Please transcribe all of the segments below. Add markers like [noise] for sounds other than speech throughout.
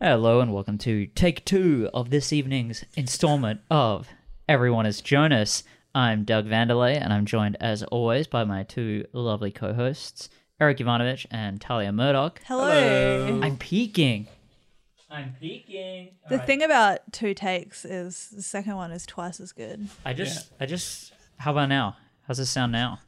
Hello and welcome to take two of this evening's installment of Everyone is Jonas. I'm Doug Vanderlei and I'm joined as always by my two lovely co hosts, Eric Ivanovich and Talia Murdoch. Hello. I'm peeking. I'm peeking. The thing about two takes is the second one is twice as good. I just, I just, how about now? How's this sound now?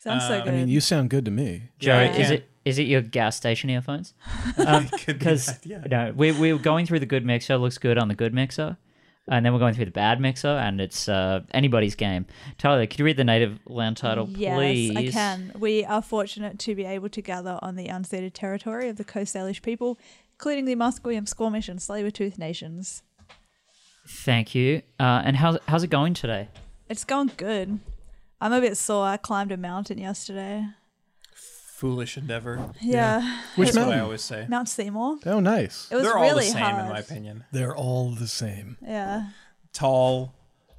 Sounds Uh, so good. I mean, you sound good to me. Joe, Yeah. is [laughs] it um, is it your gas station earphones? [laughs] Because no, we we were going through the good mixer. Looks good on the good mixer, and then we're going through the bad mixer, and it's uh, anybody's game. Tyler, could you read the native land title, yes, please? I can. We are fortunate to be able to gather on the unceded territory of the Coast Salish people, including the Musqueam, Squamish, and Tsleil-Waututh nations. Thank you. Uh, and how's how's it going today? It's going good. I'm a bit sore. I climbed a mountain yesterday. foolish endeavor. Yeah, Which That's what I mountain? always say. Mount Seymour. Oh, nice. It was They're really all the same, hard. in my opinion. They're all the same. Yeah, Tall,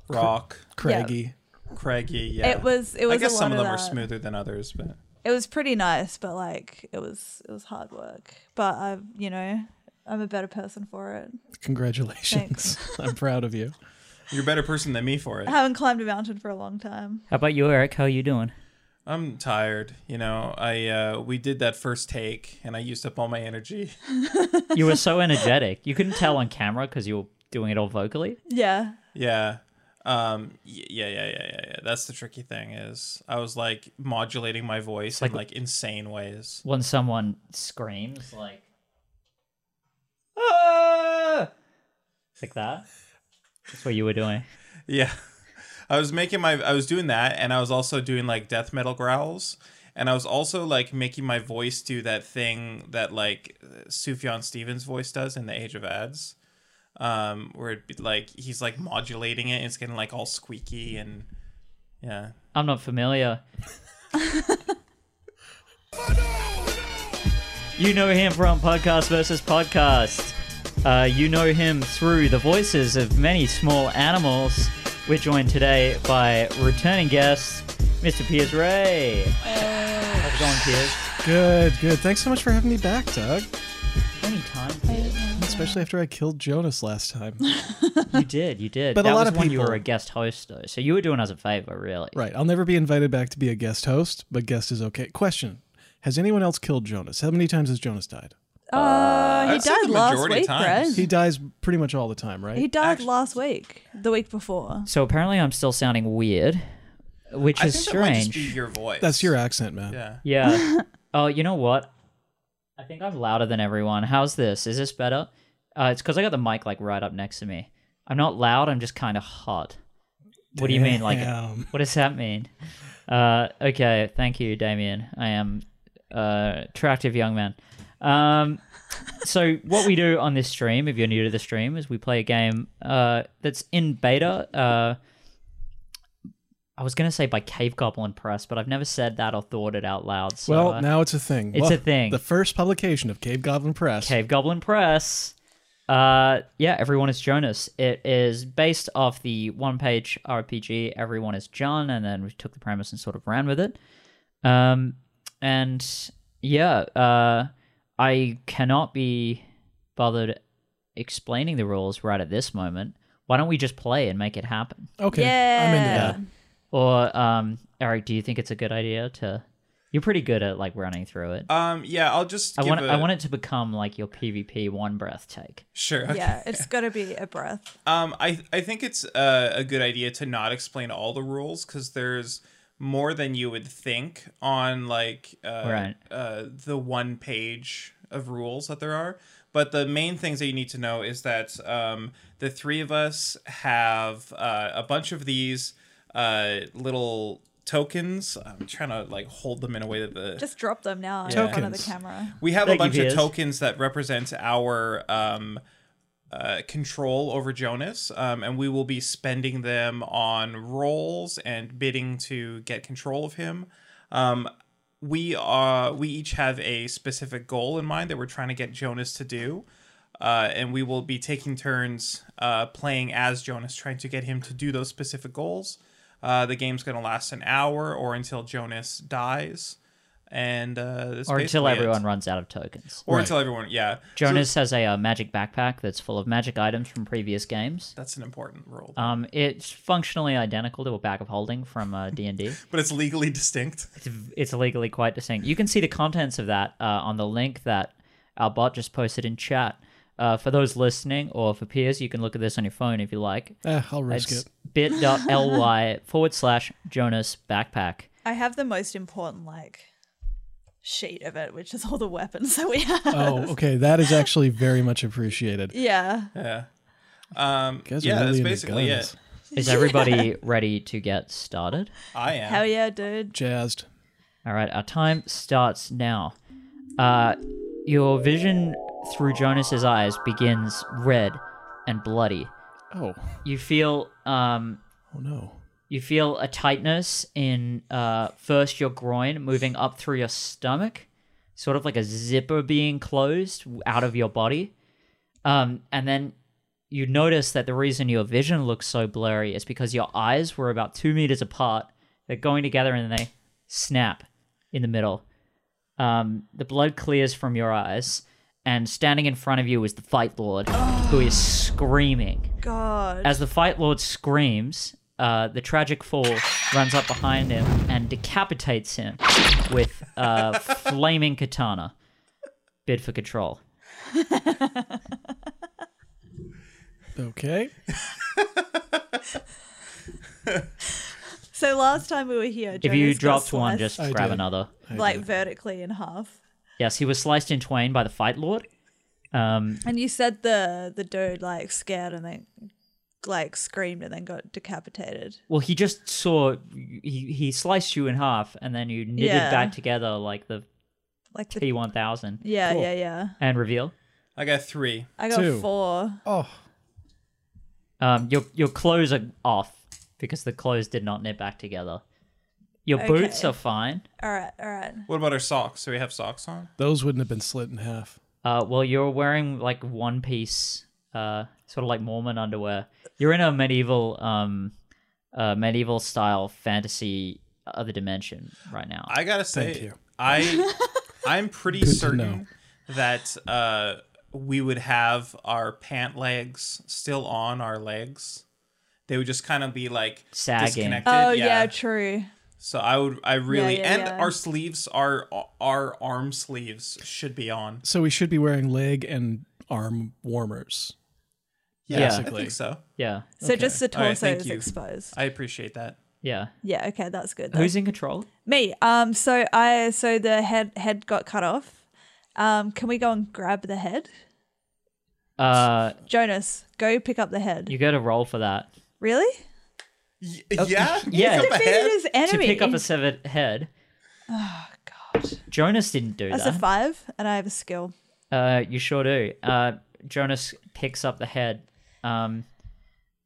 rock, Craggy. craggy. Yeah, it was. It was. I guess a lot some of them are that. smoother than others, but it was pretty nice, but like it was it was hard work. But I, you know, I'm a better person for it. Congratulations. [laughs] I'm proud of you. you're a better person than me for it. I haven't climbed a mountain for a long time. How about you, Eric? How are you doing? I'm tired. You know, I uh, we did that first take, and I used up all my energy. [laughs] You were [laughs] so energetic. You couldn't tell on camera because you were doing it all vocally. Yeah, Yeah. Um. y- Yeah. Yeah. Yeah. Yeah. Yeah. That's the tricky thing is I was like modulating my voice in like insane ways. When someone screams like, ah! like that. That's what you were doing. Yeah. I was making my I was doing that and I was also doing like death metal growls and I was also like making my voice do that thing that like Sufjan Stevens voice does in the Age of Ads. Um where it'd be like he's like modulating it and it's getting like all squeaky and yeah. I'm not familiar. you know him from Podcast versus Podcast. Uh, you know him through the voices of many small animals. We're joined today by returning guest, Mr. Piers Ray. How's it going, Piers? Good, good. Thanks so much for having me back, Doug. Anytime, Piers. Especially after I killed Jonas last time. You did, you did. But a that lot was of when you were people- a guest host, though. So you were doing us a favor, really. right. I'll never be invited back to be a guest host, but guest is okay. Question Has anyone else killed Jonas? How many times has Jonas died? uh, he I'd say the died last majority of week, times. He Brad. dies pretty much all the time, right? He died Actu- last week, the week before. So apparently, I'm still sounding weird, which I is think that might strange. just be your voice. That's your accent, man. Yeah. Yeah. oh, you know what? I think I'm louder than everyone. How's this? Is this better? Uh, it's because I got the mic like right up next to me. I'm not loud. I'm just kind of hot. What do you mean? [laughs] Like, Damn. what does that mean? Uh, okay, thank you, Damien. I am uh, attractive young man. Um, so what we do on this stream, if you're new to the stream, is we play a game uh, that's in beta. Uh, I was gonna say by Cave Goblin Press, but I've never said that or thought it out loud. So, Well, uh, now it's a thing. it's Well, a thing. The first publication of Cave Goblin Press. Cave Goblin Press. Uh, yeah, everyone is Jonas. It is based off the one-page RPG Everyone is John, and then we took the premise and sort of ran with it. Um, and yeah, uh, I cannot be bothered explaining the rules right at this moment. Why don't we just play and make it happen? Okay. I'm into Yeah. that. Or um, Eric, do you think it's a good idea to? You're pretty good at like running through it. Um yeah, I'll just I give want a- I want it to become like your PvP one breath take. Sure. Okay. Yeah, it's got to be a breath. Um, I I think it's a, a good idea to not explain all the rules because there's more than you would think on like uh, Right. uh, the one page of rules that there are. But the main things that you need to know is that um, the three of us have uh, a bunch of these uh, little tokens. I'm trying to like hold them in a way that the Just drop them now in front of the Tokens. camera. we have Thank you, a bunch of Piers. tokens that represent our um, uh, control over Jonas, um, and we will be spending them on rolls and bidding to get control of him. Um, we are we each have a specific goal in mind that we're trying to get Jonas to do, uh, and we will be taking turns uh, playing as Jonas, trying to get him to do those specific goals. Uh, the game's going to last an hour or until Jonas dies and uh, that's or until basically it. everyone runs out of tokens. or Right. until everyone. Yeah, Jonas has a uh, magic backpack that's full of magic items from previous games. that's an important rule, Um, it's functionally identical to a bag of holding from uh, D&D. but it's legally [laughs] distinct. It's, it's legally quite distinct. You can see the contents of that uh, on the link that our bot just posted in chat. Uh, for those listening or for peers, you can look at this on your phone if you like. Eh, I'll risk It's [laughs] it. bit.ly forward slash Jonas backpack. I have the most important like sheet of it, which is all the weapons that we have. Oh, okay. That is actually very much appreciated. Yeah. Yeah. Um, guys are yeah, really that's into basically guns. it. Is everybody ready to get started? I am. Hell yeah, dude. Jazzed. All right, our time starts now. Uh, your vision through Jonas's eyes begins red and bloody. Oh, You feel um, oh no. You feel a tightness in uh, first your groin moving up through your stomach, sort of like a zipper being closed out of your body. Um, and then you notice that the reason your vision looks so blurry is because your eyes were about two meters apart. They're going together and they snap in the middle. Um, the blood clears from your eyes, and standing in front of you is the Fight Lord, who is screaming. God. As the Fight Lord screams, uh, the tragic fool runs up behind him and decapitates him with a flaming katana. Bid for control. Okay. So last time we were here, if you Jonas got dropped one, sliced, just I grab did. another. like vertically in half. Yes, he was sliced in twain by the Fight Lord. Um, And you said the the dude like scared and then like screamed and then got decapitated. well, he just saw he, he sliced you in half, and then you knitted Yeah. back together like the Like the P one thousand. yeah, Cool. yeah, yeah. And reveal. I got three. I got Two. four. Oh, Um, your your clothes are off because the clothes did not knit back together. Your boots Okay. are fine. All right, all right. What about our socks? Do we have socks on? those wouldn't have been slit in half. Uh, well, you're wearing like one piece, uh, sort of like Mormon underwear. You're in a medieval, um, uh, medieval style fantasy other dimension right now. I gotta say, Thank you. I [laughs] I'm pretty Good to know. certain that uh, we would have our pant legs still on our legs. They would just kind of be like Sagging. disconnected. Oh yeah, true. So I would, I really, yeah, and yeah. our sleeves, our our arm sleeves should be on. So we should be wearing leg and arm warmers. Yeah. I Basically. think so. yeah, So just the All right, torso thank is you. exposed. I appreciate that. yeah. yeah, okay, that's good. Though. Who's in control? Me. Um. So I. So the head head got cut off. Um. Can we go and grab the head? Uh, Jonas, go pick up the head. you got a roll for that really? Y- yeah, yeah. Pick up a Defeated head? his enemy. to pick up a severed head. God. Jonas didn't do That's a that. five, and I have a skill. Uh, you sure do. Uh, Jonas picks up the head. Um,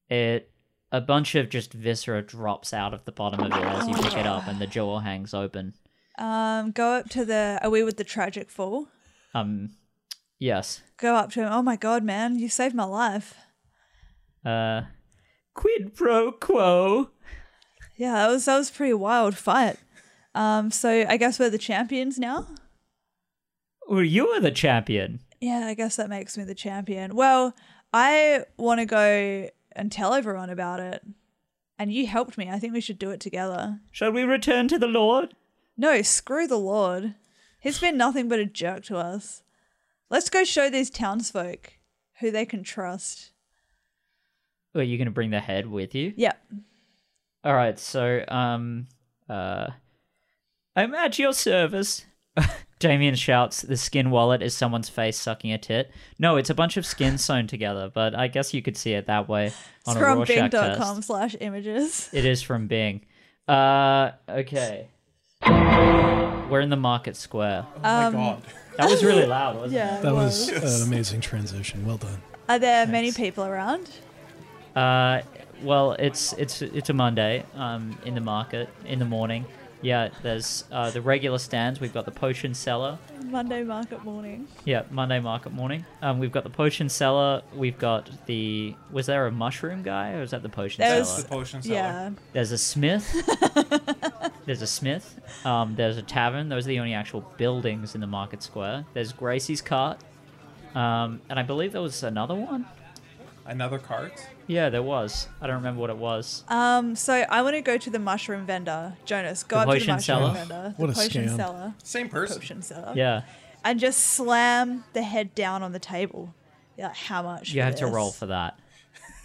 it a bunch of just viscera drops out of the bottom of it as you pick it up, and the jaw hangs open. Um. Go up to the. Are we with the tragic fool? Um, yes. Go up to him. Oh my god, man! You saved my life. Uh, quid pro quo. Yeah, that was that was a pretty wild fight. Um. So I guess we're the champions now. Well, you are the champion. Yeah, I guess that makes me the champion. Well, I want to go and tell everyone about it. And you helped me. I think we should do it together. Shall we return to the Lord? No, screw the Lord. He's been nothing but a jerk to us. Let's go show these townsfolk who they can trust. Or are you going to bring the head with you? Yep. All right. So, um, uh, I'm at your service. [laughs] Damien shouts, the skin wallet is someone's face sucking a tit. No, it's a bunch of skin sewn together, but I guess you could see it that way It's on a from Rorschach test. bing.com slash images. It is from Bing. Uh, okay. We're in the market square. Oh um, my god. That was really loud, wasn't Yeah. That well. was an amazing transition. Well done. Are there many people around? it? Uh, well, it's it's it's a Monday. Um, in the market in the morning. Yeah, there's uh, the regular stands. We've got the potion seller, Monday market morning. Yeah, Monday market morning. Um, we've got the potion seller. We've got the. Was there a mushroom guy, or was that the potion There That's was- seller? the potion seller. Yeah. There's a smith. there's a smith. Um, there's a tavern. Those are the only actual buildings in the market square. There's Gracie's cart. Um, and I believe there was another one. Another cart. Yeah, there was. I don't remember what it was. Um, so I want to go to the mushroom vendor. Jonas, go The up to the potion mushroom seller? vendor. What the a potion scam. seller. Same person. Potion seller. yeah, And just slam the head down on the table. Yeah, how much? you for have to this? roll for that.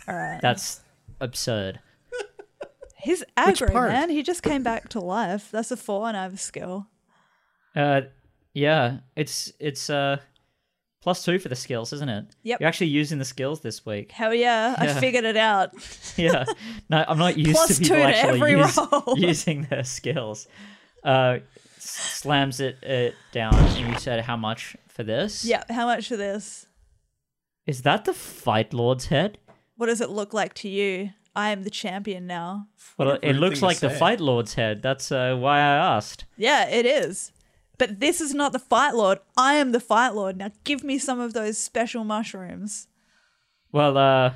All right. That's absurd. He's Which aggro, part? man. He just came back to life. That's a four, and I have a skill. Uh, yeah, it's it's uh plus two for the skills, isn't it? Yep. You're actually using the skills this week. [laughs] Hell yeah, I Yeah. figured it out. yeah. No, I'm not used Plus to people two to actually every use- roll. [laughs] using their skills. Uh, s- slams it it down, and you said how much for this? yep, how much for this? Is that the fight lord's head? What does it look like to you? I am the champion now. Well, What a it rude looks thing to like the say. fight lord's head. That's uh, why I asked. Yeah, it is. But this is not the fight lord. I am the fight lord. Now give me some of those special mushrooms. Well, uh,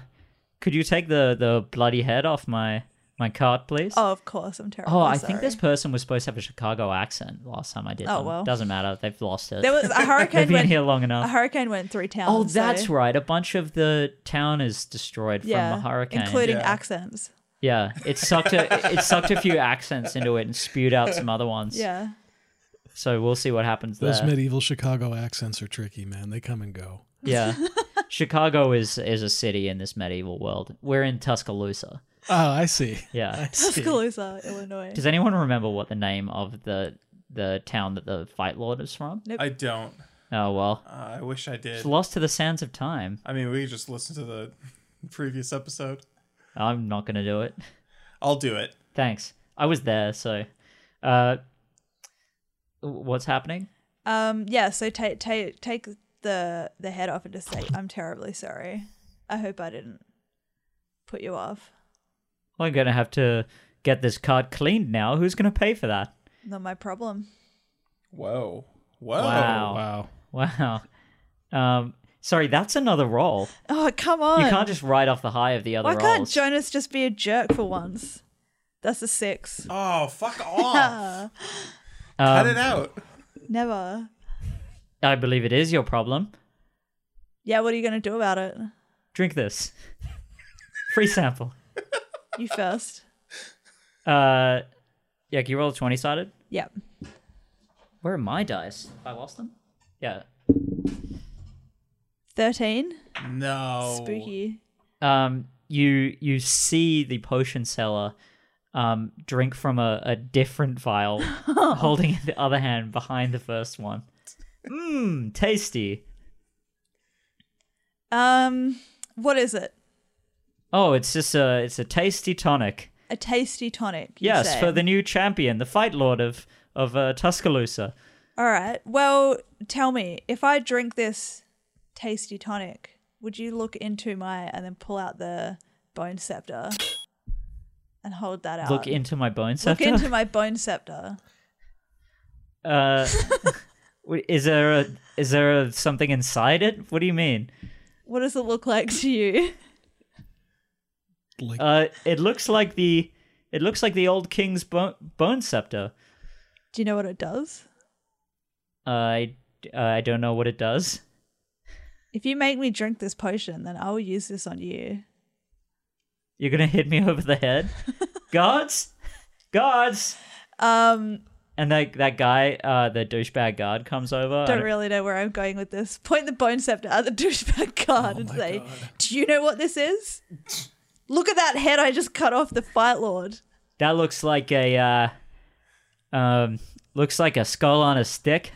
could you take the the bloody head off my my cart, please? Oh, of course, I'm terrible. Oh, I sorry. think this person was supposed to have a Chicago accent last time I did. Oh, them. well. doesn't matter. They've lost it. [laughs] there was a They've hurricane been went here long a enough. hurricane went through towns. Oh, that's so, right. A bunch of the town is destroyed yeah, from the hurricane. including Yeah. accents. yeah, it sucked a, it sucked a few accents into it and spewed out some other ones. [laughs] Yeah, So we'll see what happens Those there. medieval Chicago accents are tricky, man. They come and go. [laughs] yeah. Chicago is is a city in this medieval world. We're in Tuscaloosa. Oh, I see. Yeah. I see. Tuscaloosa, uh, Illinois. Does anyone remember what the name of the the town that the fight lord is from? I don't. Oh well. Uh, I wish I did. It's lost to the sands of time. I mean, we could just listen to the previous episode. I'm not gonna do it. I'll do it. Thanks. I was there, so uh w- what's happening? Um, yeah. So take take take the the head off and just say, "I'm terribly sorry. I hope I didn't put you off." I'm gonna have to get this card cleaned now. Who's gonna pay for that? Not my problem. Whoa. Whoa. Wow. Wow. Wow. Um sorry, that's another roll. Oh, come on! You can't just write off the high of the other Why rolls. can't Jonas just be a jerk for once? That's a six. [laughs] Oh, fuck off. Ah, Um, Cut it out. never. I believe it is your problem. Yeah, what are you gonna do about it? Drink this. [laughs] Free sample. You first. Uh yeah, can you roll a twenty sided? Yep. Where are my dice? Have I lost them? Yeah. Thirteen. Oh. No. Spooky. um, you you see the potion seller um, drink from a, a different [laughs] vial, holding the other hand behind the first one. Mmm, tasty. Um, what is it? Oh, it's just a it's a tasty tonic. A tasty tonic. you Yes, say. for the new champion, the fight lord of of uh, Tuscaloosa. All right. Well, tell me if I drink this tasty tonic, would you look into my and then pull out the bone scepter and hold that out? Look into my bone Uh, Look scepter. into my bone scepter. [laughs] uh, [laughs] w- is there a is there a, something inside it? What do you mean? What does it look like to you? Like, Uh, it looks like the it looks like the old king's bone bone scepter. Do you know what it does? I I don't know what it does. If you make me drink this potion, then I will use this on you. You're gonna hit me [laughs] over the head, guards, guards. Um, And that that guy, uh, the douchebag guard, comes over. don't and- really know where I'm going with this. [laughs] Point the bone scepter at the [laughs] douchebag guard and say, "Do you know what this is? Look at that head I just cut off the fight lord." that looks like a uh, um, looks like a skull on a stick.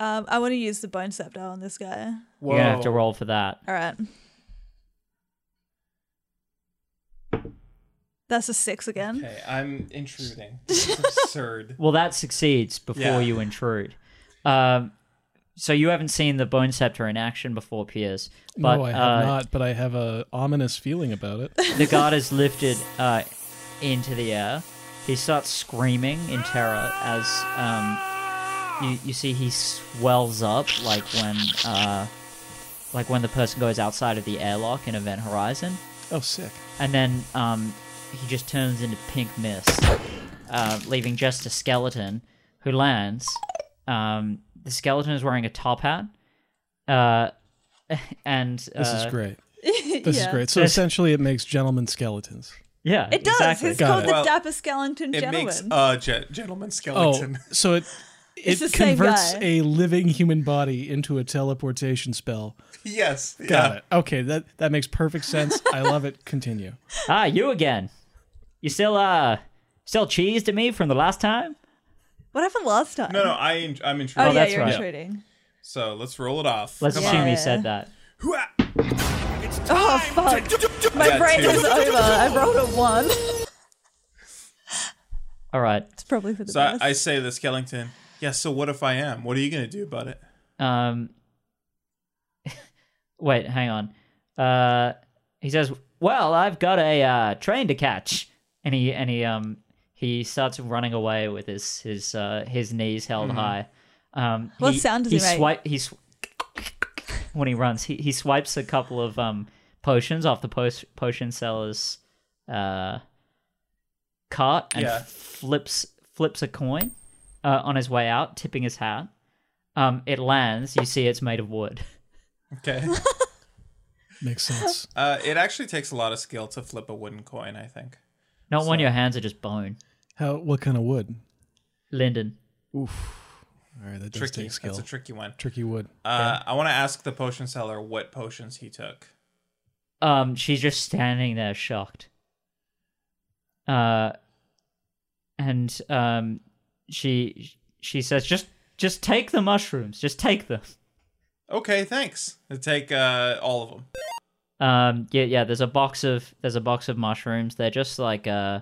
Um, I want to use the bone scepter on this guy. Whoa. You're gonna have to roll for that. All right. That's a six again. Okay, I'm [laughs] intruding. This is absurd. Well, that succeeds before Yeah. you intrude. Um, so you haven't seen the bone scepter in action before, Piers. But no, I have uh, not, but I have a ominous feeling about it. [laughs] the guard is lifted uh, into the air. He starts screaming in terror as um, you, you see he swells up like when uh, like when the person goes outside of the airlock in Event Horizon, Oh, sick. and then um, he just turns into pink mist, uh, leaving just a skeleton who lands. Um, the skeleton is wearing a top hat, uh, [laughs] and uh, This is great. This yeah. is great. So That's- essentially, it makes gentlemen skeletons. Yeah, It does. Exactly. It's Got called it. the Well, Dapper Skeleton It Gentleman. makes a ge- gentleman Oh, skeleton. [laughs] so it it It's the same converts guy. a living human body into a teleportation spell. [laughs] yes. Got yeah. it. Okay, that that makes perfect sense. I love it. Continue. Ah, you again. You still uh still cheese to me from the last time? What happened last time? No, no, I en- I'm intrigued. Oh, yeah, that's you're right. intruding. So let's roll it off. Let's Come assume Yeah. he said that. on. Oh [laughs] fuck! My Yeah, brain two. is over. I rolled a one. [laughs] All right. It's probably for the So I, best. I say to the skeleton, yeah, so what if I am? What are you going to do about it? Um [laughs] Wait, hang on. Uh he says, "Well, I've got a uh train to catch." And he and he um he starts running away with his his uh his knees held high. Um Hmm. What he, sound does he he make? swipe he sw- when he runs, he he swipes a couple of um potions off the post- potion seller's uh cart and Yeah. flips flips a coin uh, on his way out, tipping his hat. Um, it lands. You see, it's made of wood. [laughs] [laughs] Okay. Makes sense. uh, it actually takes a lot of skill to flip a wooden coin, I think. Not when your hands are just bone. How? What kind of wood? Linden. All right, that does Tricky. take skill. That's a tricky one. tricky wood. Uh, I want to ask the potion seller what potions he took. Um, she's just standing there, shocked. Uh, and um, she she says, "Just just take the mushrooms. Just take them." Okay, thanks. I take uh, all of them. Um, yeah, yeah. There's a box of there's a box of mushrooms. They're just like uh,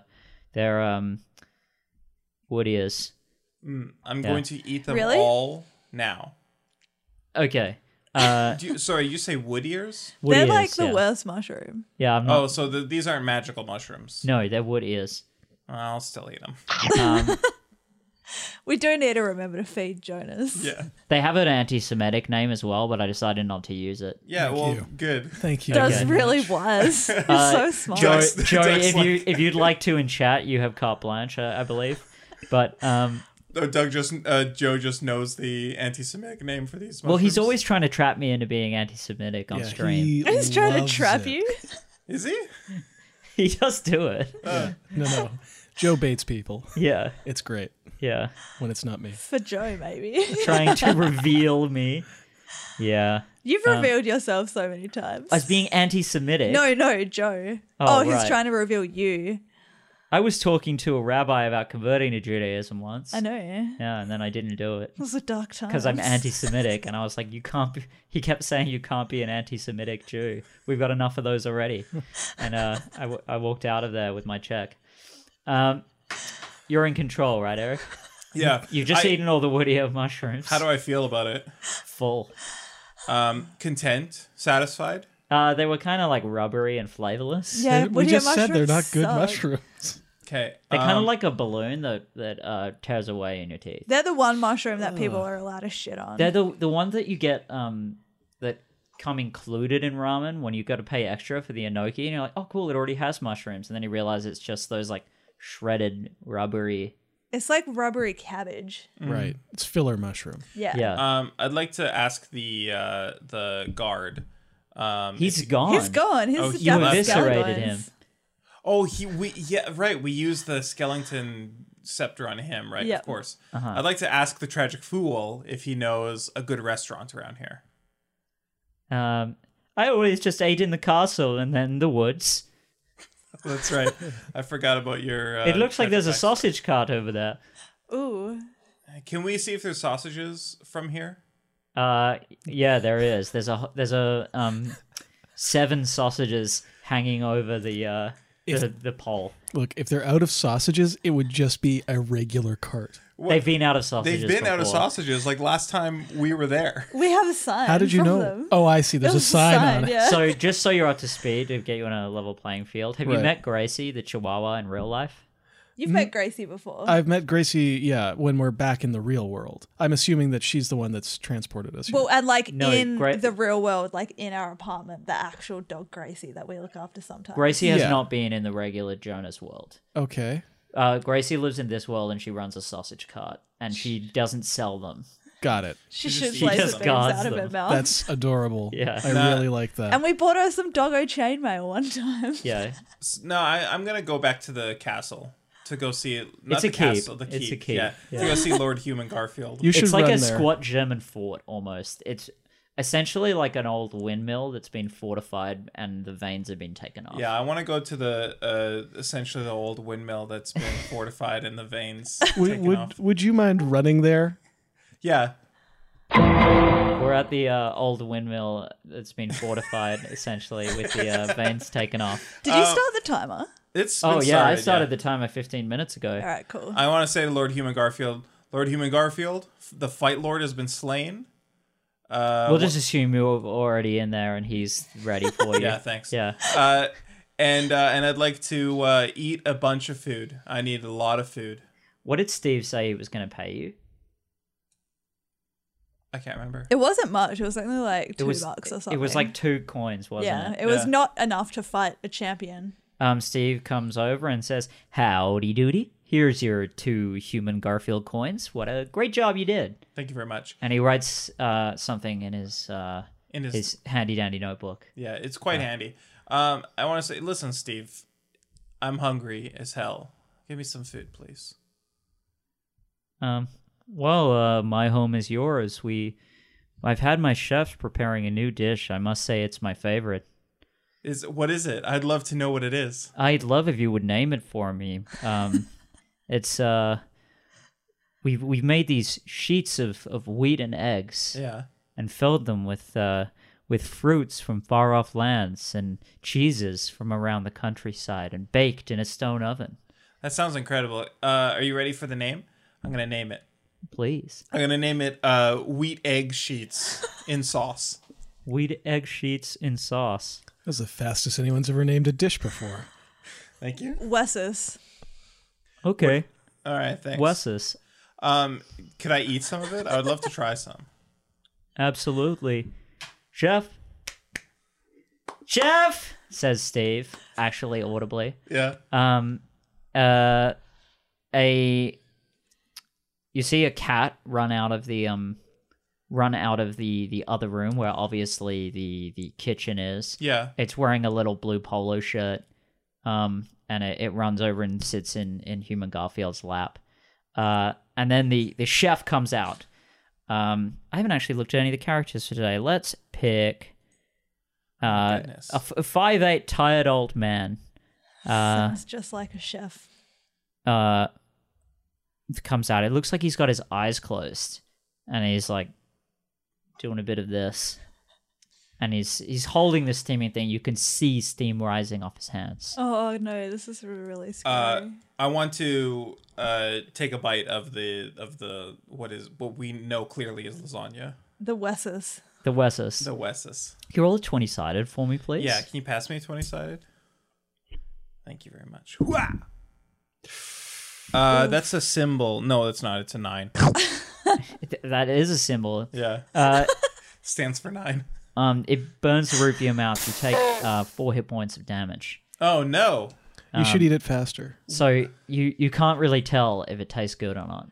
they're um, wood ears. Mm, I'm Yeah. going to eat them Really? all now. Okay. Uh, Do you, sorry, you say wood ears? wood [laughs] They're ears, like the yeah. worst mushroom. Yeah, I'm not. Oh, so the, these aren't magical mushrooms. No, they're wood ears. I'll still eat them. Um, We do need to remember to feed Jonas. Yeah. they have an anti-Semitic name as well, but I decided not to use it. Yeah, Thank well, you. good. Thank you. That's Okay. Uh, really [laughs] wise. He's so smart. Joey, Ducks- Joey, ducks if you if you'd like to in chat, you have carte blanche, I, I believe. But um, Oh, Doug just, uh, Joe just knows the anti-Semitic name for these. Mushrooms. well, he's always trying to trap me into being anti-Semitic on Yeah, stream. [laughs] he He's trying to loves trap it. you. is he? He... does do it. [laughs] No, no. Joe baits people. Yeah, It's great [laughs] yeah. when it's not me. For Joe, maybe. [laughs] Trying to reveal me. Yeah, You've Um, revealed yourself so many times. as being anti-Semitic. No, no, Joe. Oh, Oh, he's right. trying to reveal you. I was talking to a rabbi about converting to Judaism once. I know. It Yeah, and then I didn't do [laughs] it. was a dark time. because I'm anti-Semitic, and I was like, "You can't." Be, he kept saying, "You can't be an anti-Semitic Jew. We've got enough of those already." And uh, I, w- I walked out of there with my check. Um, you're in control, right, Eric? Yeah. [laughs] You've just I- eaten all the woody of mushrooms. How do I feel about it? full? Um, content, satisfied. Uh, they were kind of like rubbery and flavorless. Yeah, we woody just said they're mushrooms not good suck. mushrooms. Okay. They're kind of um, like a balloon that that uh, tears away in your teeth. They're the one mushroom that people are allowed to shit on. They're the the ones that you get um that come included in ramen when you got to pay extra for the enoki, and you're like, oh cool, it already has mushrooms, and then you realize it's just those like shredded rubbery. It's like rubbery cabbage. Right. It's filler mushroom. Yeah. Yeah, Um, I'd like to ask the uh, the guard. Um, he's if he- gone. He's gone. His Oh, the he You Yeah, Dapper that's- eviscerated Skeletons. him. Oh, he we yeah right. We use the skeleton scepter on him, right? Yep. Of course. Uh-huh. I'd like to ask the tragic fool if he knows a good restaurant around here. [laughs] Um, I always just ate in the castle and then the woods. That's right. I forgot about your. Uh, it looks like there's a sausage. sausage cart over there. Ooh. Can we see if there's sausages from here? Uh, yeah, there is. There's a there's a um seven sausages hanging over the uh the, the pole. Look, if they're out of sausages, it would just be a regular cart. What- They've been out of sausages. They've been out of before. sausages like last time we were there. We have a sign. How did you from know? Them. Oh, I see. There's It a was sign, on it. Yeah. so just so you're up to speed to get you on a level playing field have you Right. met gracie the chihuahua in real life You've met Gracie before. I've met Gracie, yeah, when we're back in the real world. I'm assuming that she's the one that's transported us. here. well, and like No, in Gra- the real world, like in our apartment, the actual dog Gracie that we look after sometimes. Gracie has Yeah. not been in the regular Jonas world. okay. Uh, Gracie lives in this world and she runs a sausage cart and she doesn't sell them. Got it. she She should just laser eats beams them. out Guards of her them. mouth. That's adorable. Yeah. I Nah. really like that. um, and we bought her some doggo chainmail one time. Yeah. S- No, I, I'm gonna go back to the castle to go see it. Not It's a the keep. castle, the keep. It's a keep, Yeah, yeah. to go see Lord Human Garfield. you [laughs] should It's like run a there. squat German fort almost. It's essentially like an old windmill that's been fortified and the veins have been taken off. [laughs] yeah, I want to go to the uh, essentially the old windmill that's been [laughs] fortified and the veins Would, taken would, off. would you mind running there? Yeah, We're at the uh, old windmill that's been fortified [laughs] essentially with the uh, veins taken [laughs] off. Did you start the timer? it's. Oh, been yeah. I started, started the yeah. timer 15 minutes ago. All right, cool. I want to say to Lord Human Garfield, Lord Human Garfield, f- the Fight Lord has been slain. Uh, We'll just assume you're already in there and he's ready for [laughs] you. yeah, thanks. Yeah. Uh, and uh, and I'd like to uh, eat a bunch of food. I need a lot of food. What did Steve say he was going to pay you? I can't remember. it wasn't much. It was only like two it was bucks or something. it was like two coins, wasn't yeah, it? it was Yeah. not enough to fight a champion. Um, Steve comes over and says, "Howdy doody! Here's your two human Garfield coins. What a great job you did!" Thank you very much. And he writes uh, something in his uh, In his- his handy dandy notebook. Yeah, it's quite handy. Um, I want to say, listen, Steve, I'm hungry as hell. Give me some food, please. Um, well, uh, my home is yours. We, I've had my chefs preparing a new dish. I must say it's my favorite. Is what is it? I'd love to know what it is. I'd love if you would name it for me. Um, it's uh, we've we've made these sheets of of wheat and eggs. Yeah. and filled them with uh, with fruits from far off lands and cheeses from around the countryside and baked in a stone oven. That sounds incredible. Uh, are you ready for the name? I'm gonna name it. Please, I'm gonna name it uh, wheat egg sheets in sauce. wheat egg sheets in sauce. That's the fastest anyone's ever named a dish before. Thank you. Wessus. Okay, All right, thanks. Wessus, Um, could I eat some of it? I would love to try some. absolutely, chef. Chef says Steve, actually audibly. Yeah. um uh a you see a cat run out of the um run out of the the other room where obviously the the kitchen is Yeah. it's wearing a little blue polo shirt um and it, it runs over and sits in in human garfield's lap uh and then the the chef comes out um i haven't actually looked at any of the characters for today let's pick uh Goodness. a, f- a five eight tired old man uh Sounds just like a chef. uh comes out. It looks like he's got his eyes closed and he's like doing a bit of this. And he's he's holding this steaming thing. You can see steam rising off his hands. Oh no, this is really scary. Uh, I want to uh take a bite of the of the what is what we know clearly is lasagna. the Wessus. The Wessus. The Wessus. Can you roll a twenty sided for me, please? Yeah, can you pass me a 20 sided? Thank you very much. Hooah! Uh, that's a symbol. No, it's not. It's a nine. Th- That is a [laughs] symbol. Yeah, Uh, stands for nine. um, it burns the roof of your mouth. You take uh, four hit points of damage. Oh no! You should Um, eat it faster. So you you can't really tell if it tastes good or not.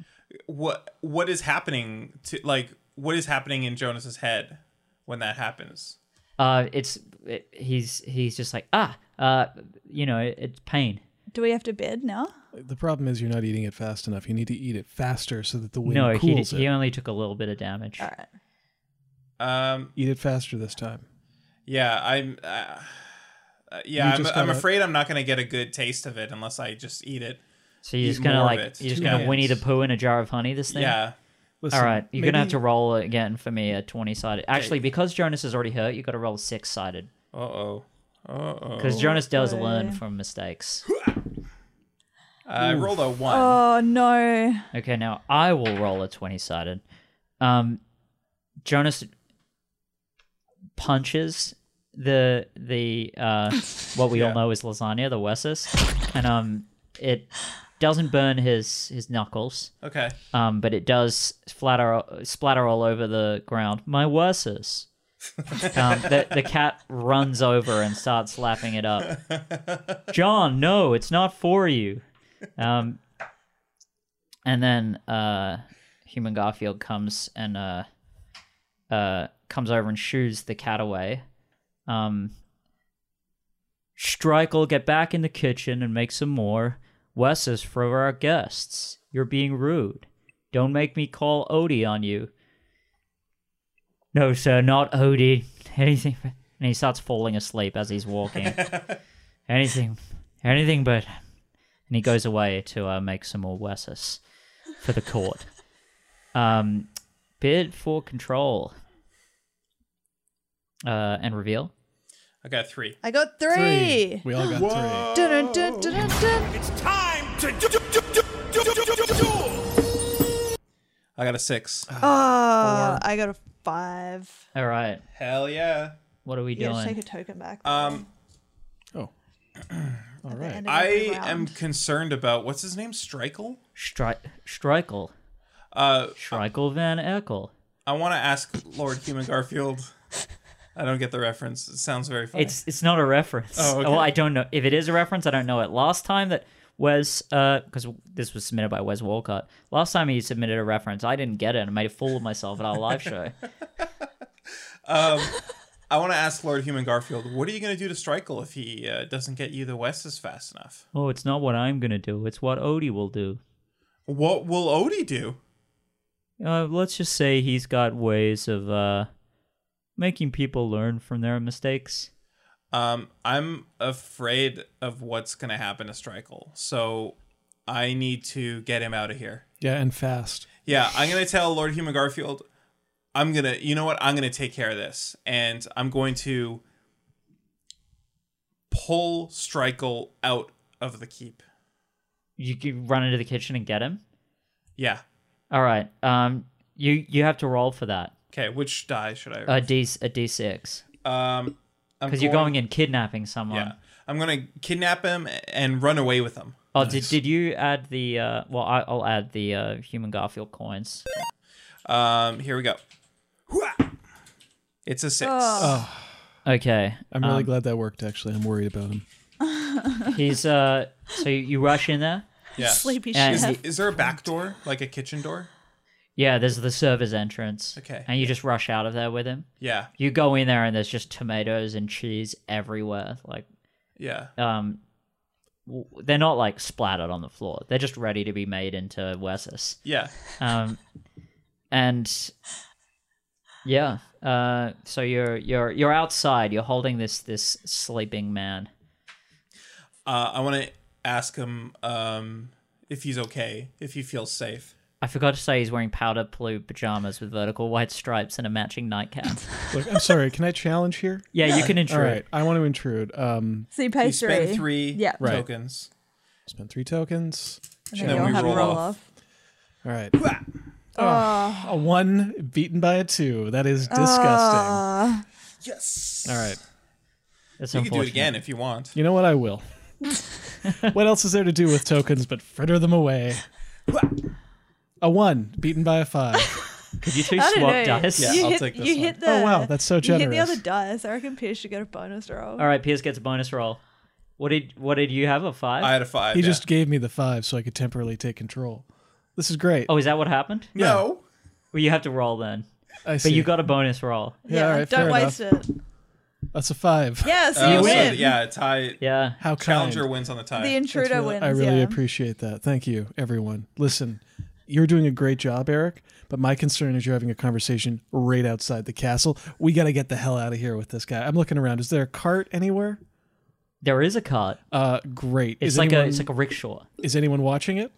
What what is happening to like what is happening in Jonas's head when that happens? Uh, it's it, he's he's just like ah uh you know it's pain. Do we have to bed now? The problem is you're not eating it fast enough. You need to eat it faster so that the wind no, he, cools he it. only took a little bit of damage. All right. Um, Eat it faster this time. yeah, I'm. Uh, uh, yeah, You I'm, just I'm gotta- afraid I'm not gonna get a good taste of it unless I just eat it. So you're Eat just gonna more of like it. you're just Two gonna hands. Winnie the Pooh in a jar of honey this thing. Yeah, Listen, All right, you're gonna have to maybe- roll again for me a twenty sided. Actually, because Jonas is already hurt, you got to roll six sided Uh oh. Uh oh. because Jonas does learn boy. from mistakes. I rolled a one. Oh no. Okay, now I will roll a twenty sided. Um, Jonas punches the [laughs] the uh, what we all know is lasagna, the Wessus, and um, it doesn't burn his his knuckles, Okay. um, but it does splatter splatter all over the ground. My worses. um, the, the cat runs over and starts slapping it up. John, no, it's not for you. Um, and then uh, human Garfield comes and uh, uh, comes over and shoos the cat away. Um, Strikel, get back in the kitchen and make some more. Wes is for our guests. You're being rude. Don't make me call Odie on you. No, sir, not Odie. Anything. but-" And he starts falling asleep as he's walking. anything, anything but. And he goes away to uh, make some more Wesses for the court. um, bid for control. Uh, and reveal. I got three. I got three. We all got three. Dun, dun, dun, dun, dun, dun. It's time to do, do, do, do, do, do, do, do, do. I got a six. Oh, I got a five. All right. Hell yeah. What are we Yeah, just doing? take a token back. Um, Oh. [clears throat] At All the right. end of every I round. am concerned about what's his name, Strikel. Stri- Strikel. Uh, Strikel Van Eckel. I want to ask Lord Human Garfield. I don't get the reference. It sounds very funny. It's it's not a reference. Oh, okay. Well, I don't know if it is a reference. I don't know it. Last time that Wes, because this was submitted by Wes Walcott. Last time he submitted a reference, I didn't get it and made a fool of myself at our live [laughs] show. I want to ask Lord Human Garfield, what are you going to do to Strikel if he uh, doesn't get you the Wesses fast enough? oh, it's not what I'm gonna do. It's what Odie will do. What will Odie do? Uh, let's just say he's got ways of uh, making people learn from their mistakes. Um, I'm afraid of what's going to happen to Strikel, so I need to get him out of here. Yeah, and fast. Yeah, I'm going to tell Lord Human Garfield, I'm going to, you know what, I'm going to take care of this, and I'm going to pull Strikel out of the keep. You can run into the kitchen and get him. Yeah. All right. Um, you you have to roll for that. Okay, which die should I? A d a d six um, I'm because Uh, you're going in kidnapping someone. Yeah, I'm gonna kidnap him and run away with him. Oh, did, did you add the? Uh, well, I, I'll add the uh, human Garfield coins. Um, here we go. Hua! It's a six. Oh, Okay, I'm really glad that worked, actually. I'm worried about him. he's uh. So you, you rush in there. yeah. Sleepy And- Is, chef. is there a back door, like a kitchen door? Yeah, there's the server's entrance. Okay. and you just rush out of there with him. Yeah, You go in there and there's just tomatoes and cheese everywhere. Like, yeah. um, w- they're not like splattered on the floor. They're just ready to be made into Wessus. Yeah. Um, and yeah, uh, so you're you're you're outside. You're holding this this sleeping man. Uh, I want to ask him um, if he's okay, if he feels safe. I forgot to say he's wearing powder blue pajamas with vertical white stripes and a matching [laughs] nightcap. Look, I'm sorry. Can I challenge here? [laughs] yeah, you can All intrude. right. I want to intrude. Um, [laughs] So you You pay spend three. three Yeah. Right. tokens. spend three tokens. And then Then you don't we have roll a roll off. off. All right. Ah, Ah. A one beaten by a two. That is disgusting. Ah. Yes. All right. That's You can do it unfortunate. again if you want. You know what? [laughs] I will. what else is there to do with tokens but fritter them away? A one beaten by a five. Could you two I don't swap know. dice? Yeah. you I'll hit, take this you one. hit the. Oh, wow, that's so You hit the generous. other dice. I reckon Pierce should get a bonus roll. All right, Piers gets a bonus roll. What did what did you have? A five? I had a five. He yeah. just gave me the five so I could temporarily take control. This is great. oh, is that what happened? no. Well, you have to roll then. I But see. you got a bonus roll. yeah, all right, don't fair waste it. That's a five. Yes, Uh, you so win. th- yeah, tie. Yeah. [laughs] How kind. Challenger wins on the tie. The That's intruder really- wins. I really yeah. appreciate that. Thank you, everyone. Listen, you're doing a great job, Eric. But my concern is you're having a conversation right outside the castle. We got to get the hell out of here with this guy. I'm looking around. Is there a cart anywhere? There is a cart. Uh, great. It's is like anyone, a it's like a rickshaw. is anyone watching it?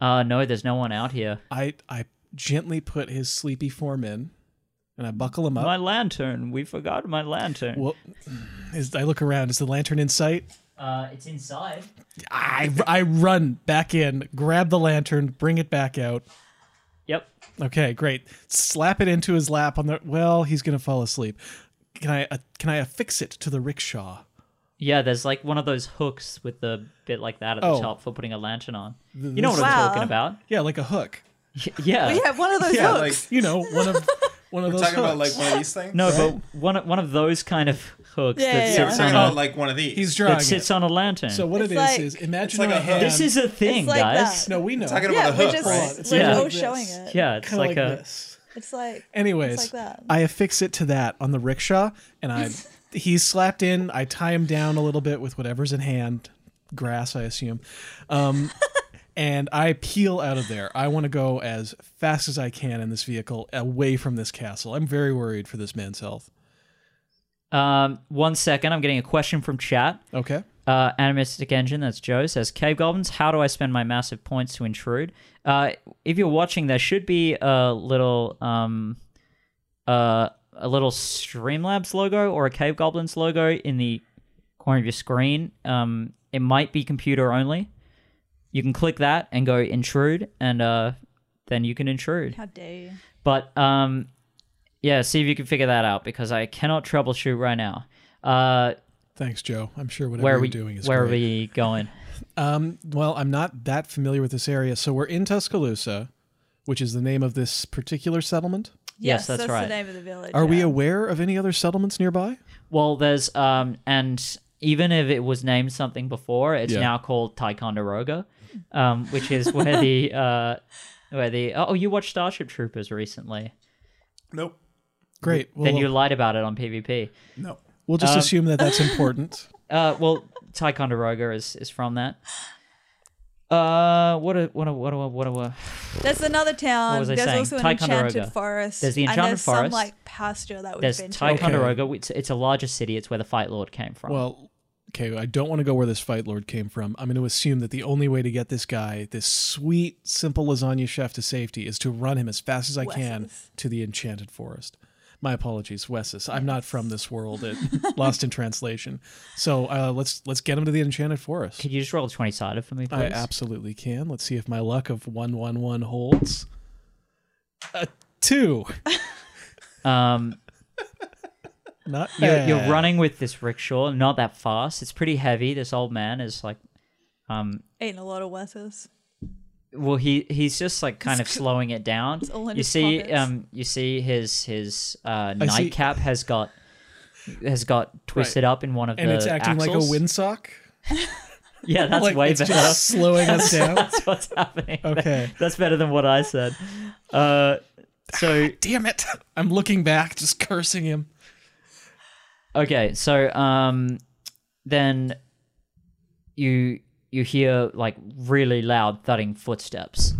Uh no, there's no one out here. I I gently put his sleepy form in, and I buckle him up. My lantern. We forgot my lantern. Well, is, I look around. Is the lantern in sight? Uh it's inside. I, I run back in, grab the lantern, bring it back out. Yep. Okay, great. Slap it into his lap on the. Well, he's gonna fall asleep. Can I uh, can I affix it to the rickshaw? Yeah, there's like one of those hooks with the bit like that at the Oh. top for putting a lantern on. You know what Wow. I'm talking about? Yeah, like a hook. Y- [laughs] Yeah. We have one of those Yeah, like hooks. You know, one [laughs] of one of we're those. talking about like hooks. [laughs] one of these things. No, right? but one of- one of those kind of hooks Yeah, that yeah, Yeah, we're sits talking on about a, like one of these. he's drawing. that sits it. on a lantern. So what um, It's it is like- is imagine like our a hand. this is a thing, it's like guys. that. No, we know. talking about yeah, a we're hook, just right? It's we're like all this. showing it. Yeah, it's Kinda like, a this. It's like Anyways, It's like that. I affix it to that on the rickshaw, [laughs] and I he's slapped in. I tie him down a little bit with whatever's in hand, grass, I assume, [laughs] um, and I peel out of there. I want to go as fast as I can in this vehicle away from this castle. I'm very worried for this man's health. Um, one second, I'm getting a question from chat. Okay, Uh, Animistic Engine, that's Joe, says, Cave Goblins, how do I spend my massive points to intrude? Uh, if you're watching, there should be a little, um, uh, a little Streamlabs logo or a Cave Goblins logo in the corner of your screen. Um, it might be computer only. You can click that and go intrude, and uh, then you can intrude. how dare you? But um, yeah, see if you can figure that out because I cannot troubleshoot right now. Uh, thanks, Joe. I'm sure whatever where are you're we? doing is where great. are we going? Um, well, I'm not that familiar with this area, so we're in Tuscaloosa, which is the name of this particular settlement. Yes, that's that's right. the name of the village. Are we yeah. aware of any other settlements nearby? Well, there's um, and even if it was named something before, it's Yeah. now called Ticonderoga, um, which is where the [laughs] uh, where the oh, you watched Starship Troopers recently. Nope. Great. Well, then you lied about it on PvP. Nope. We'll just assume that that's important. Uh, well, Ticonderoga is is from that. Uh, what a what a what a what a. What a There's another town. What was I there's saying? also an Ticonderoga. enchanted forest. There's the and enchanted there's Some forest. like pasture that we've there's been to. Ticonderoga. It's, it's a larger city. It's where the Fight Lord came from. Well, okay, I don't want to go where this fight lord came from. I'm going to assume that the only way to get this guy, this sweet, simple lasagna chef, to safety is to run him as fast as I can Wes's. to the enchanted forest. My apologies, Wessus. I'm not from this world. It lost in translation. So uh, let's let's get him to the enchanted forest. could you just roll a twenty sided for me, please? I absolutely can. Let's see if my luck of one one one holds. A two. um, Not you're, bad. you're running with this rickshaw, not that fast. It's pretty heavy. This old man is like, um, Eating a lot of wesses. well, he he's just like kind of slowing it down. all in you his see, pockets. um, you see his his uh, I see- nightcap has got has got twisted up in one of and the it's acting like a axles. windsock. [laughs] Yeah, that's [laughs] like way it's better. just slowing us [laughs] down. that's what's happening. Okay. that's better than what I said. Uh, so [laughs] damn it i'm looking back just cursing him Okay, so um, then you you hear like really loud thudding footsteps,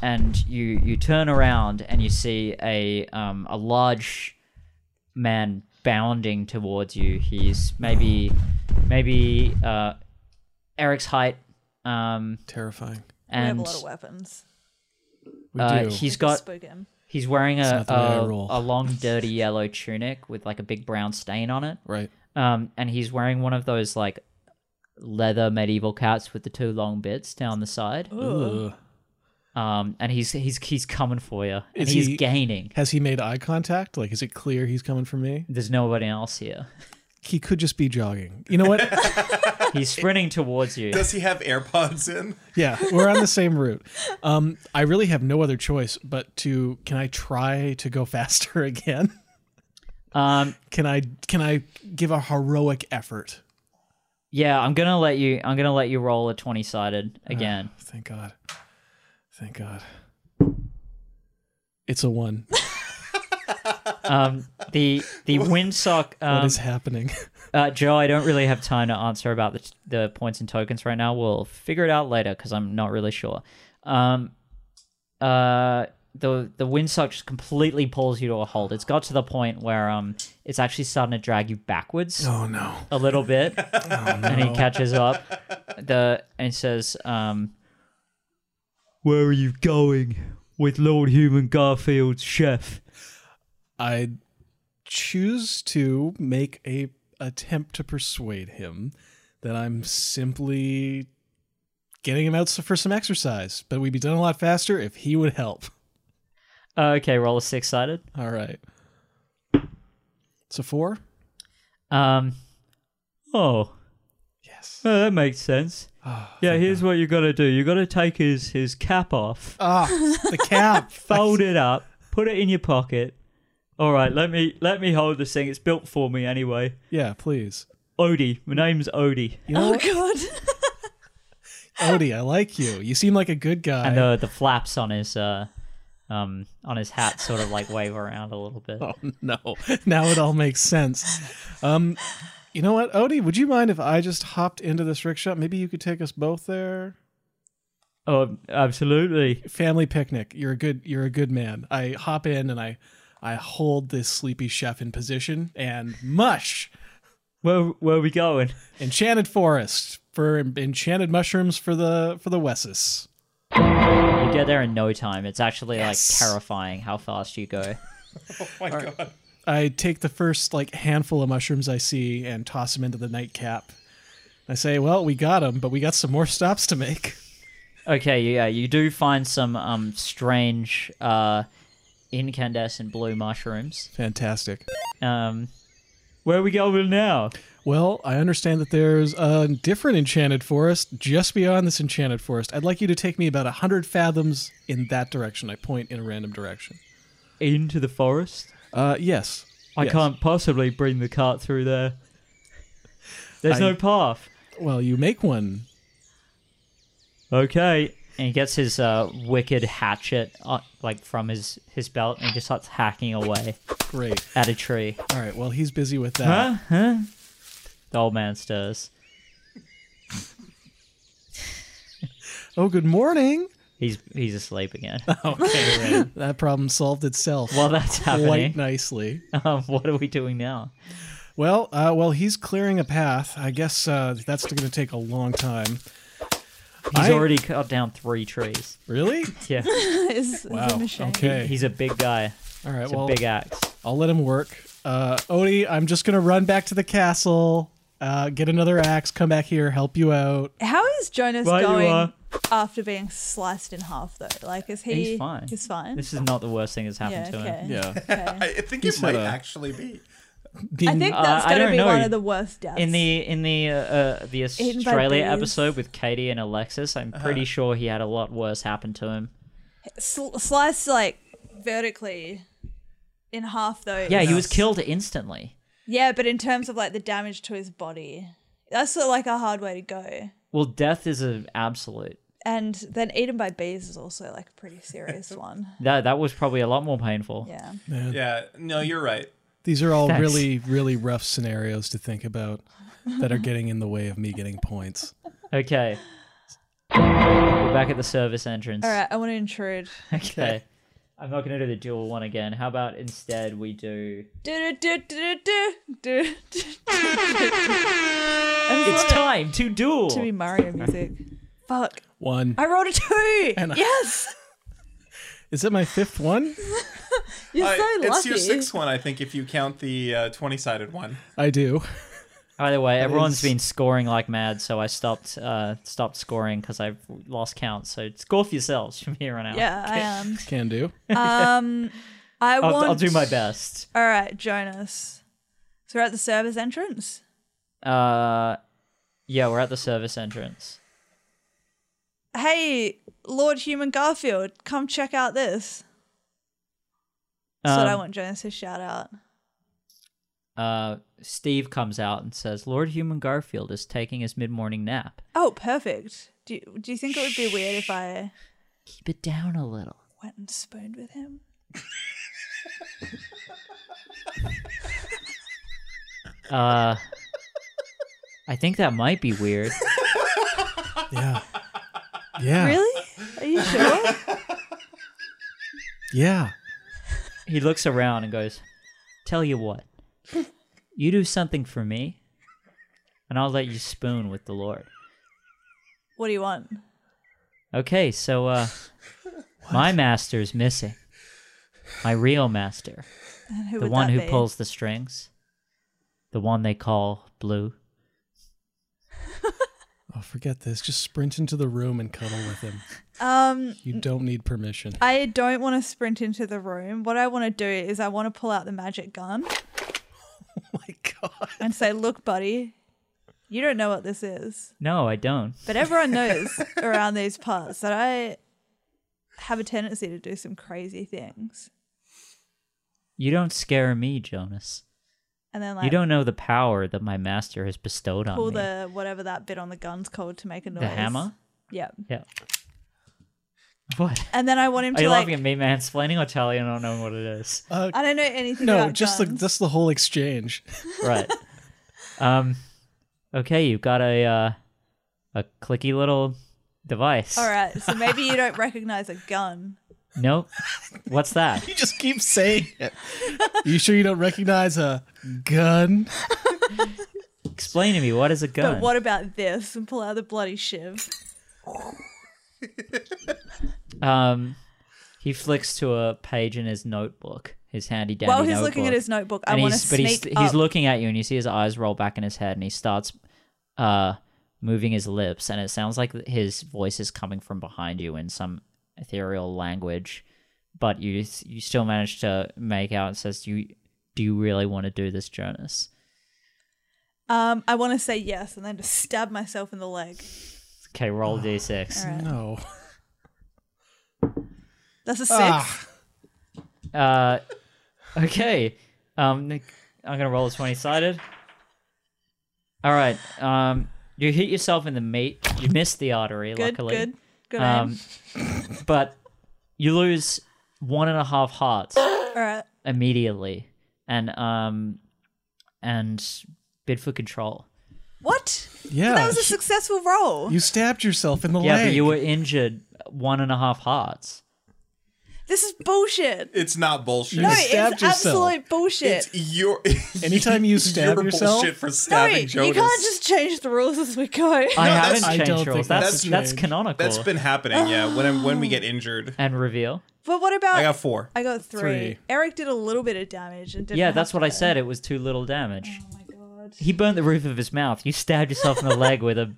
and you you turn around and you see a um a large man bounding towards you. He's maybe maybe uh Eric's height, um, terrifying We have a and lot of weapons. we uh, do he's We got spook [laughs] him. he's wearing a not the way I a, roll. a long dirty yellow tunic with like a big brown stain on it. right Um, and he's wearing one of those like leather medieval caps with the two long bits down the side. Oh. Ugh. Um, and he's he's he's coming for you. And Is he's he- gaining. has he made eye contact like is it clear he's coming for me There's nobody else here. he could just be jogging you know what [laughs] He's sprinting towards you. Does he have AirPods in? yeah we're on the same route um i really have no other choice but to can i try to go [laughs] faster again Um, can i can i give a heroic effort yeah, I'm gonna let you. I'm gonna let you roll a twenty sided again. thank god thank god it's a one Um, the the windsock. [laughs] what Um, is happening [laughs] uh, Joe, I don't really have time to answer about the the points and tokens right now. We'll figure it out later because I'm not really sure. Um, uh, the the windsock just completely pulls you to a halt. It's got to the point where um, it's actually starting to drag you backwards oh no a little [laughs] bit, and he catches up. The and he says, um, "Where are you going with Lord Human Garfield's chef?" I choose to make a attempt to persuade him that I'm simply getting him out for some exercise, but we'd be done a lot faster if he would help. [laughs] Uh, Okay, roll a six sided. All right. It's a four. Um, Oh, [laughs] Yes. well, that makes sense. Ah, yeah, here's what you got to do. You got to take his his cap off, Ah, the cap. fold it up, put it in your pocket. All right, let me let me hold this thing. It's built for me anyway. yeah, please. Odie, my name's Odie. You know, what? Oh, God. [laughs] Odie, I like you. You seem like a good guy. and the the flaps on his uh um on his hat sort of like wave around a little bit. Oh, [laughs] no. Now it all makes sense. Um, you know what, Odie? Would you mind if I just hopped into this rickshaw? Maybe you could take us both there. Oh, absolutely. Family picnic. You're a good. You're a good man. I hop in and I, I hold this sleepy chef in position and mush Where where are we going? enchanted forest for enchanted mushrooms for the for the Wessus. You get there in no time. It's actually Yes. like terrifying how fast you go. Oh my god. I take the first like handful of mushrooms I see and toss them into the nightcap. I say, "Well, we got them, but we got some more stops to make." Okay, yeah, you do find some um strange uh incandescent blue mushrooms. Fantastic. Um where are we going now? Well, I understand that there's a different enchanted forest just beyond this enchanted forest. I'd like you to take me about 100 fathoms in that direction. I point in a random direction. Into the forest? Uh, yes. I Yes. can't possibly bring the cart through there. There's no I- path. Well, you make one. Okay. And he gets his uh, wicked hatchet uh, like from his his belt and he just starts hacking away Great. at a tree. All right. Well, he's busy with Huh? that. Huh? The old man stirs. Oh, [laughs] good morning. He's he's asleep again. [laughs] Okay, right. [laughs] that problem solved itself While that's quite happening, nicely. um, what are we doing now? Well, uh, well, he's clearing a path. I guess uh, that's going to take a long time. He's I- already cut down three trees. [laughs] Really? Yeah, It's, it's a Wow. machine. Okay. he's a big guy. All right. It's a Well, big axe. I'll let him work. Uh, Odie, I'm just gonna run back to the castle, uh, get another axe, come back here, help you out. How is Jonas Right, you going are. after being sliced in half though? Like is he He's fine. He's fine. This is not the worst thing that's happened yeah, to okay. him. Yeah. [laughs] okay. I [laughs] I think He's it might had a- actually be. I think Uh, that's I gonna don't be know. one of the worst deaths. In the in the uh, uh, the Eaten by Australia bees. episode with Katie and Alexis, I'm pretty sure he had a lot worse happen to him. Sl- sliced like vertically in half though. Yeah, he is- was killed instantly. Yeah, but in terms of like the damage to his body, that's sort of like a hard way to go. Well, death is an absolute. And then eaten by bees is also like a pretty serious one. That that was probably a lot more painful. Yeah. Yeah. No, you're right. These are all Thanks. really, really rough scenarios to think about that are getting in the way of me getting points. Okay. We're back at the service entrance. All right, I want to intrude. [laughs] Okay. I'm not going to do the dual one again. How about instead we do. Do do do do do do. do. It's time to duel! to be Mario music. Fuck. One. I rolled a two. And I- yes. Is it my fifth one? You're Uh, so it's lucky. your sixth one, I think, if you count the uh, twenty-sided one. I do. Either way, everyone's is- been scoring like mad, so I stopped uh, stopped scoring because I've lost count. So score for yourselves from here on out. Yeah, I am. Can do. I I'll, want. I'll do my best. All right, Jonas. So we're at the service entrance. Uh, yeah, we're at the service entrance. Hey, Lord Human Garfield, come check out this. That's what I Um, want Jonas to shout out. uh, Steve comes out and says, Lord Human Garfield is taking his mid morning nap. Oh, perfect. Do you, do you think it would be weird if I Keep it down a little. went and spooned with him? Uh, I think that might be [laughs] weird. Yeah. Yeah. Really? Are you sure? Yeah. He looks around and goes, Tell you what, you do something for me, and I'll let you spoon with the Lord. what do you want? Okay, so, uh, my master's missing. My real master. And who the would one that who be? pulls the strings. The one they call Blue. Oh, forget this. Just sprint into the room and cuddle with him. Um, You don't need permission. [laughs] I don't want to sprint into the room. What I want to do is I want to pull out the magic gun Oh my god. and say, "Look, buddy, You don't know what this is, No, I don't. but [laughs] everyone knows around these parts that I have a tendency to do some crazy things. You don't scare me, Jonas. And then like You don't know the power that my master has bestowed on pull me. the whatever that bit on the gun's called to make a noise. The hammer? Yeah. Yeah. What? And then I want him Are to you like laughing at me mansplaining or telling you I don't know what it is? I don't know anything Uh, No, about just the, guns. just the whole exchange. right. Um okay, you've got a uh a clicky little device. All right, so maybe you don't recognize a gun. Nope. What's that? [laughs] You just keep saying it. you sure you don't recognize a gun? Explain to me, what is a gun? But what about this? And pull out the bloody shiv. Um, he flicks to a page in his notebook, his handy dandy. While he's looking at his notebook, I want to but sneak he's, up. he's looking at you, and you see his eyes roll back in his head, and he starts uh moving his lips, and it sounds like his voice is coming from behind you in some ethereal language, but you you still manage to make out. It says, "Do you do you really want to do this, Jonas?" um, I want to say yes, and then just stab myself in the leg. Okay, roll d6. [sighs] All right. No. That's a six. Ah. Uh, okay. Um, Nick, I'm gonna roll a twenty sided. All right. Um, you hit yourself in the meat. You missed the artery, good, luckily. good, good. Um, aim. but you lose one and a half hearts All right, immediately, and um, and bid for control. what? Yeah. That was a successful roll. you stabbed yourself in the Yeah, leg. but you were injured one and a half hearts. this is bullshit. It's not bullshit. No, You it's stabbed yourself. absolute bullshit. It's your [laughs] Anytime you your stab yourself- bullshit for no, stabbing you Jonas. can't just change the rules as we go. I No, that's- haven't I changed don't rules. think That's that's, that's changed. canonical. That's been happening, yeah. When I'm, when we get injured, and reveal. [laughs] but what about I got four. I got three. Three. Eric did a little bit of damage and didn't Yeah, have that's what I to- said. It was too little damage. Oh my god. He burnt the roof of his mouth. You stabbed yourself in the leg with a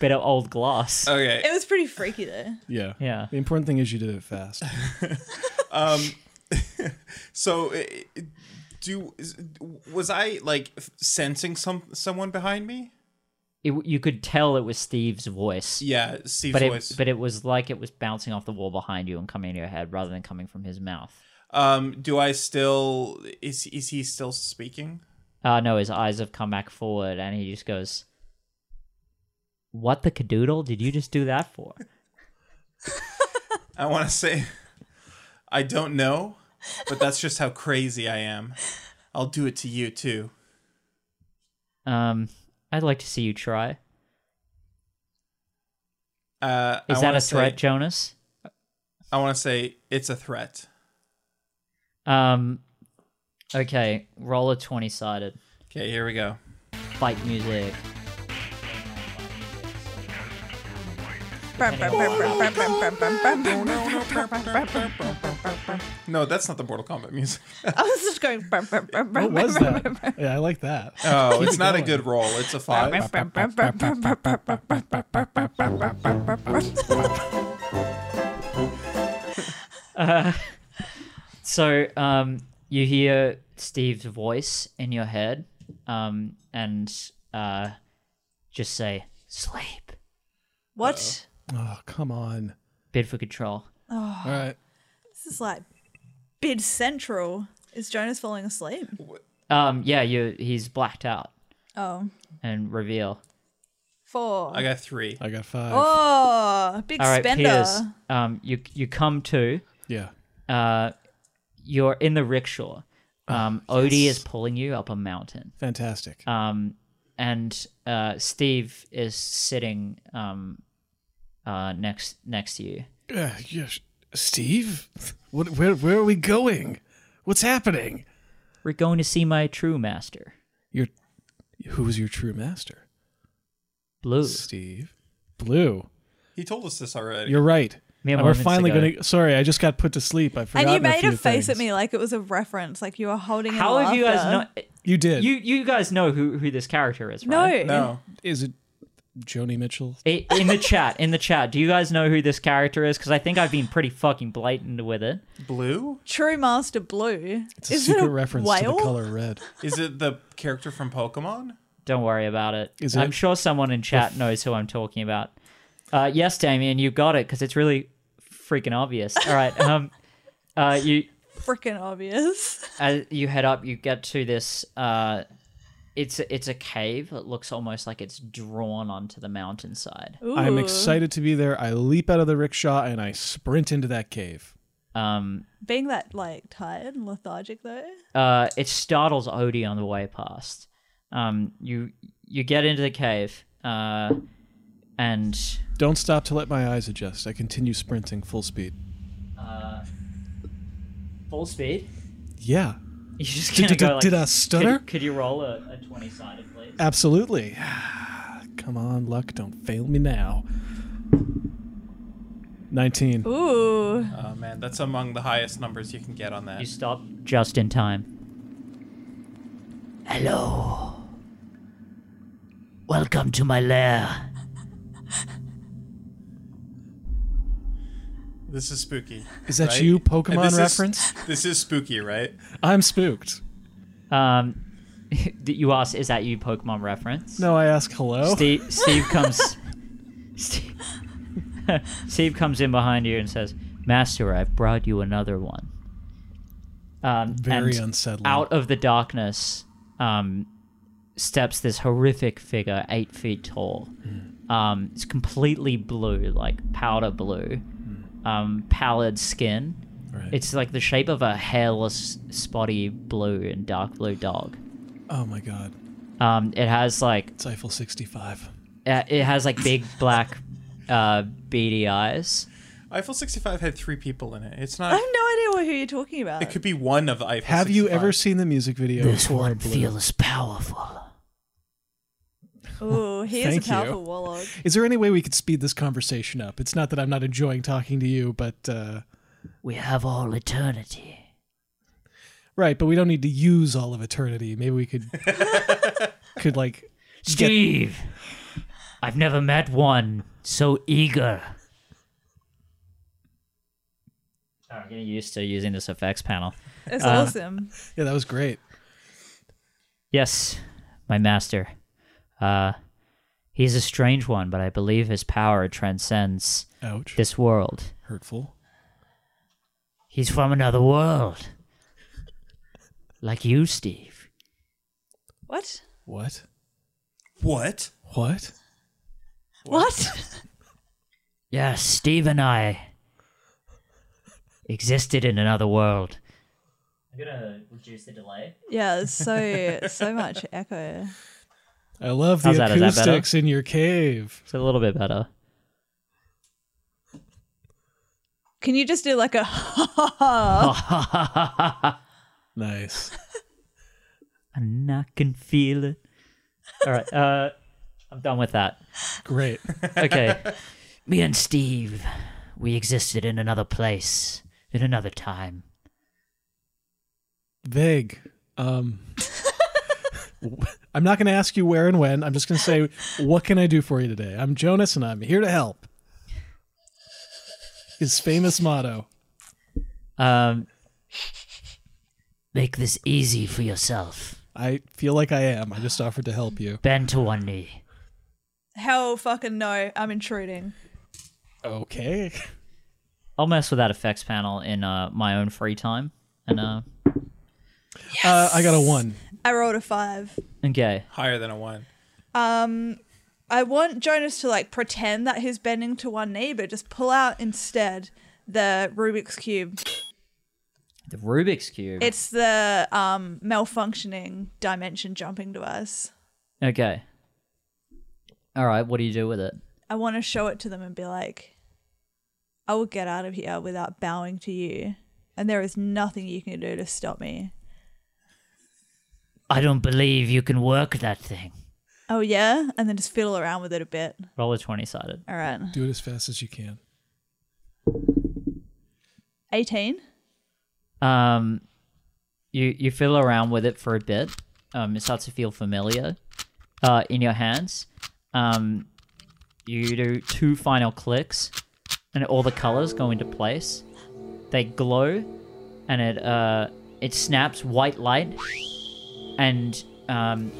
bit of old glass. Okay, It was pretty freaky though. yeah. Yeah. The important thing is you did it fast. So, uh, do is- was I like f- sensing some someone behind me? It, you could tell it was Steve's voice, Yeah, Steve's but it voice. but it was like it was bouncing off the wall behind you and coming to your head rather than coming from his mouth. um, do I still is is he still speaking? Uh no, his eyes have come back forward and he just goes, "What the cadoodle did you just do that for?" I want to say, I don't know, but that's just how crazy I am. I'll do it to you too. Um, I'd like to see you try. Uh, I Is that wanna a threat, Say, Jonas? I want to say it's a threat. Um, okay, roll a twenty sided Okay, here we go. fight music. Brum, brum, brum, brum, brum, brum, brum, brum, brum, brum, brum. No, that's not the Mortal [laughs] Kombat music. I was just going. Brum, brum, brum, brum, Oh. What was brum, that? Yeah, I like that. Oh, it's not a good roll. It's a five. brum, brum, brum, brum, brum, brum, brum, brum, brum, brum, brum, brum, brum, brum, brum, brum. So, um, you hear Steve's voice in your head, um, and uh, just say sleep. What? Oh, come on. Bid for control. All right. This is like bid central. Is Jonas falling asleep? Um, yeah, you. He's blacked out Oh, and reveal. four. I got three. I got five. Oh, big All right, spender. Piers. Um, you you come to. Yeah. Uh, you're in the rickshaw. Um, Odie is pulling you up a mountain. Fantastic. Um, and uh, Steve is sitting um, uh, next next to you. Uh, yes. Steve? What, where, where are we going? What's happening? We're going to see my true master, Your, who was your true master? Blue. Steve. Blue. He told us this already. You're right. Me and And we're moments finally ago. going to. Sorry, I just got put to sleep. I forgot. And you made a face at me like it was a reference, like you were holding. in How have you guys laughter. not? You did. You you guys know who who this character is, No. right? no, Is it Joni Mitchell? I- In the chat, in the chat, do you guys know who this character is? Because I think I've been pretty fucking blatant with it. blue. True Master Blue. It's a Is it secret reference to whale? the color red. Is it the character from Pokemon? Don't worry about it. Is I'm it- sure someone in chat knows who I'm talking about. Uh, yes, Damien, you got it because it's really freaking obvious. All right. Um, uh, you Freaking obvious. [laughs] as you head up, you get to this. Uh, it's it's a cave. It looks almost like it's drawn onto the mountainside. I'm Ooh. excited to be there. I leap out of the rickshaw and I sprint into that cave. Um, Being that like tired and lethargic though. uh, it startles Odie on the way past. Um, you you get into the cave, uh, and Don't stop to let my eyes adjust. I continue sprinting full speed. full speed. Yeah, You just Did- gonna did- go like, did I "Could- stutter?" Could, you roll a, a twenty sided, please? absolutely. [sighs] Come on, luck, don't fail me now. 19. Ooh. Oh man, that's among the highest numbers you can get on that. You stop just in time. Hello. Welcome to my lair. This is spooky. Is that right? you, And Pokemon this is- reference? [laughs] This is spooky, right? I'm spooked. Um, [laughs] you ask, is that you Pokemon reference? No, I ask hello. Steve, Steve [laughs] comes. Steve, Steve comes in behind you and says, "Master, I've brought you another one." Um, Very and unsettling. Out of the darkness, um, steps this horrific figure, eight feet tall. Hmm. Um, it's completely blue, like powder blue, Hmm. um, pallid skin. Right. It's like the shape of a hairless, spotty blue and dark blue dog. oh my god. Um, it has like It's Eiffel 65. uh, it has like big black uh beady eyes Eiffel 65 had three people in it. It's I not. have no idea who you're talking about. It could be one of Eiffel. Have you 65. ever seen the music video for Blue? powerful Ooh, he is a Thank you. powerful warlock. [laughs] Is there any way we could speed this conversation up? It's not that I'm not enjoying talking to you, but uh, we have all eternity right, but we don't need to use all of eternity. Maybe we could could like steve i've never met one so eager i'm getting used to using this effects panel It's Uh, awesome. Yeah, that was great. yes my master uh he's a strange one but i believe his power transcends Ouch. this world Hurtful. he's from another world like you steve What? What? What? What? What? [laughs] Yes, Steve and I existed in another world. I'm gonna reduce the delay. yeah, it's so so much echo. I love the How's that? Is that better? acoustics in your cave. It's a little bit better. Can you just do like a Nice. [laughs] And I can feel it. All right, uh, I'm done with that. Great. Okay. Me and Steve, we existed in another place, in another time. Vague. Um [laughs] I'm not going to ask you where and when. I'm just going to say, what can I do for you today? I'm Jonas and I'm here to help. His famous motto. Um, make this easy for yourself. I feel like I am. I just offered to help you. Bend to one knee. [laughs] hell fucking no, I'm intruding. Okay. I'll mess with that effects panel in uh, my own free time, and uh, Uh, I got a one. I rolled a five. okay. Higher than a one. I want Jonas to like pretend that he's bending to one knee, but just pull out instead the Rubik's Cube. The Rubik's Cube. It's the um malfunctioning dimension jumping device. okay. All right, what do you do with it? I want to show it to them and be like, I will get out of here without bowing to you. And there is nothing you can do to stop me. I don't believe you can work that thing. Oh, yeah? And then just fiddle around with it a bit. Roll a 20 sided. All right. Do it as fast as you can. 18. Um, you, you fiddle around with it for a bit. Um, it starts to feel familiar uh, in your hands. Um, you do two final clicks, and all the colors go into place. They glow, and it uh, it snaps white light, and um,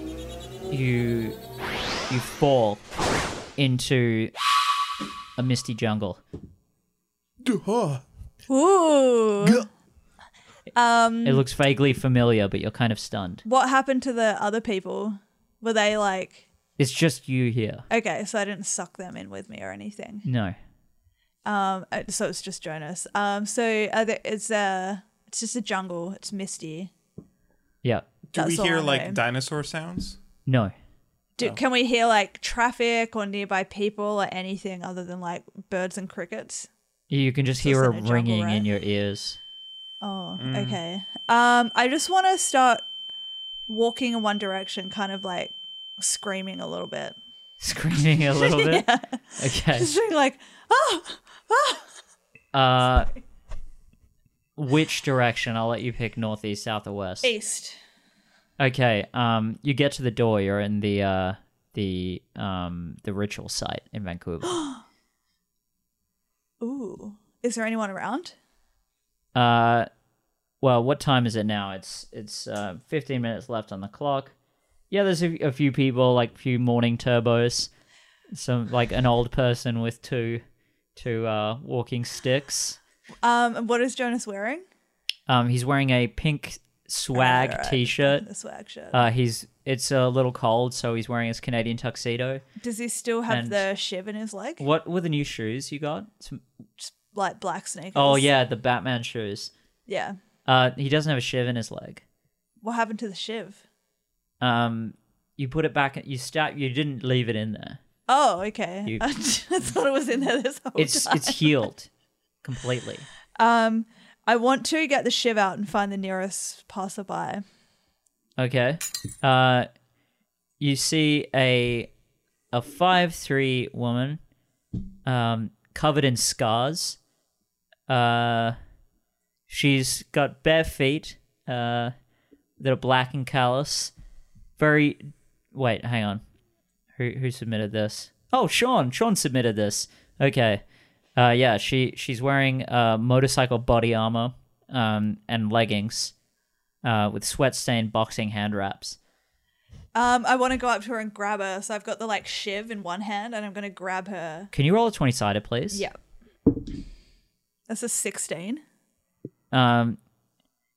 you you fall into a misty jungle. Duh. Ooh. It looks vaguely familiar, but you're kind of stunned. What happened to the other people? Were they like It's just you here. okay? So I didn't suck them in with me or anything. No. Um, uh, so it's just Jonas. Um, so are there, it's uh it's just a jungle. It's misty. Yeah. Do That's we all hear I like know. dinosaur sounds? No. Do, Can we hear like traffic or nearby people or anything other than like birds and crickets? You can just So it's hear a in a jungle, ringing in right? your ears. [laughs] Oh, okay. Um, I just want to start walking in one direction, kind of like screaming a little bit. Screaming a [laughs] little bit. Okay. Just being like, oh, Uh which direction? I'll let you pick northeast, south, or west. east. Okay. Um, you get to the door. You're in the uh, the um, the ritual site in [gasps] Vancouver. [gasps] Ooh, is there anyone around? uh, well, what time is it now? It's it's uh, 15 minutes left on the clock. Yeah, there's a, a few people, like few morning turbos, some like an old person with two two uh, walking sticks. Um, and what is Jonas wearing? Um, he's wearing a pink swag Alright, t-shirt. The swag shirt. Uh, he's it's a little cold, so he's wearing his Canadian tuxedo. Does he still have and- the shiv in his leg? What were the new shoes you got? Some Like black sneakers. Oh yeah, the Batman shoes. Yeah. Uh, he doesn't have a shiv in his leg. What happened to the shiv? Um, you put it back. You stat. You didn't leave it in there. Oh, okay. You- [laughs] I thought it was in there this whole [laughs] It's time. it's healed completely. Um, I want to get the shiv out and find the nearest passerby. Okay. Uh, you see a a five three woman, um, covered in scars. Uh, she's got bare feet. Uh, that are black and callous. Very. Wait, hang on. Who who submitted this? Oh, Sean. Sean submitted this. Okay. Uh, yeah. She she's wearing uh motorcycle body armor, um, and leggings uh, with sweat stained boxing hand wraps. Um, I want to go up to her and grab her. So I've got the like shiv in one hand, and I'm gonna grab her. Can you roll a 20 sided, please? Yeah. That's a sixteen. Um,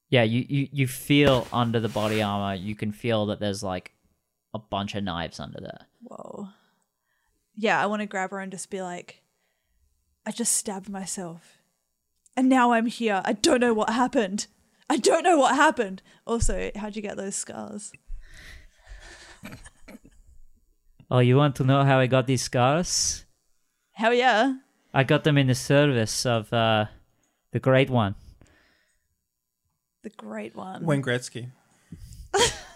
yeah, you, you, you feel under the body armor, you can feel that there's like a bunch of knives under there. Whoa. Yeah, I want to grab her and just be like, I just stabbed myself. And now I'm here. I don't know what happened. I don't know what happened. Also, how'd you get those scars? Oh, you want to know how I got these scars? Hell yeah. I got them in the service of uh, the Great One. The great one. Wayne Gretzky.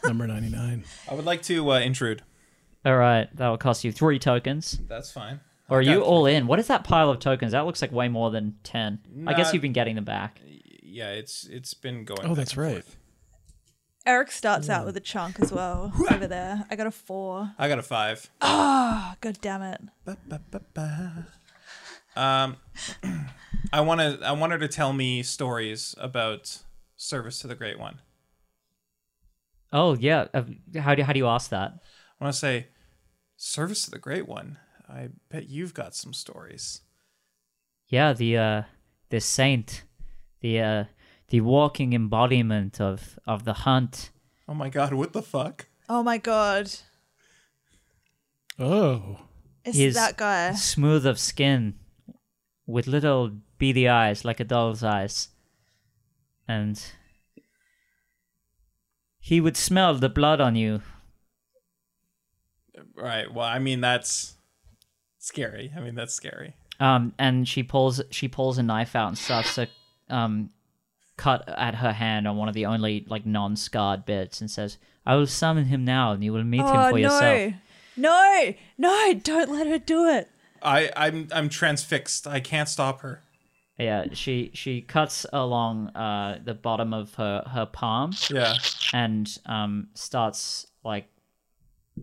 Number 99. I would like to uh, intrude. All right, that'll cost you three tokens. That's fine. Or are I got you all in? What is that pile of tokens? That looks like way more than 10. I Nah. guess you've been getting them back. Yeah, it's it's been going. Oh, back that's and right. forth. Eric starts out with a chunk as [laughs] well over there. I got a four. I got a five. Oh, God damn it. Ba, ba, ba, ba. Um, [clears throat] I want to. I want her to tell me stories about service to the Great One. Oh, yeah. Uh, how, do, how do you ask that? I want to say, service to the Great One. I bet you've got some stories. yeah the uh the saint the uh the walking embodiment of of the hunt Oh my God! What the fuck? Oh my God. Oh. It's He's- that guy. smooth of skin with little beady eyes like a doll's eyes and he would smell the blood on you Right. Well, I mean that's scary. I mean that's scary. um and she pulls she pulls a knife out and starts to um cut at her hand on one of the only like non-scarred bits and says i will summon him now and you will meet him Oh, for yourself no. No, no, don't let her do it. I I'm I'm transfixed. I can't stop her. Yeah, she she cuts along uh, the bottom of her her palm Yeah. and um, starts like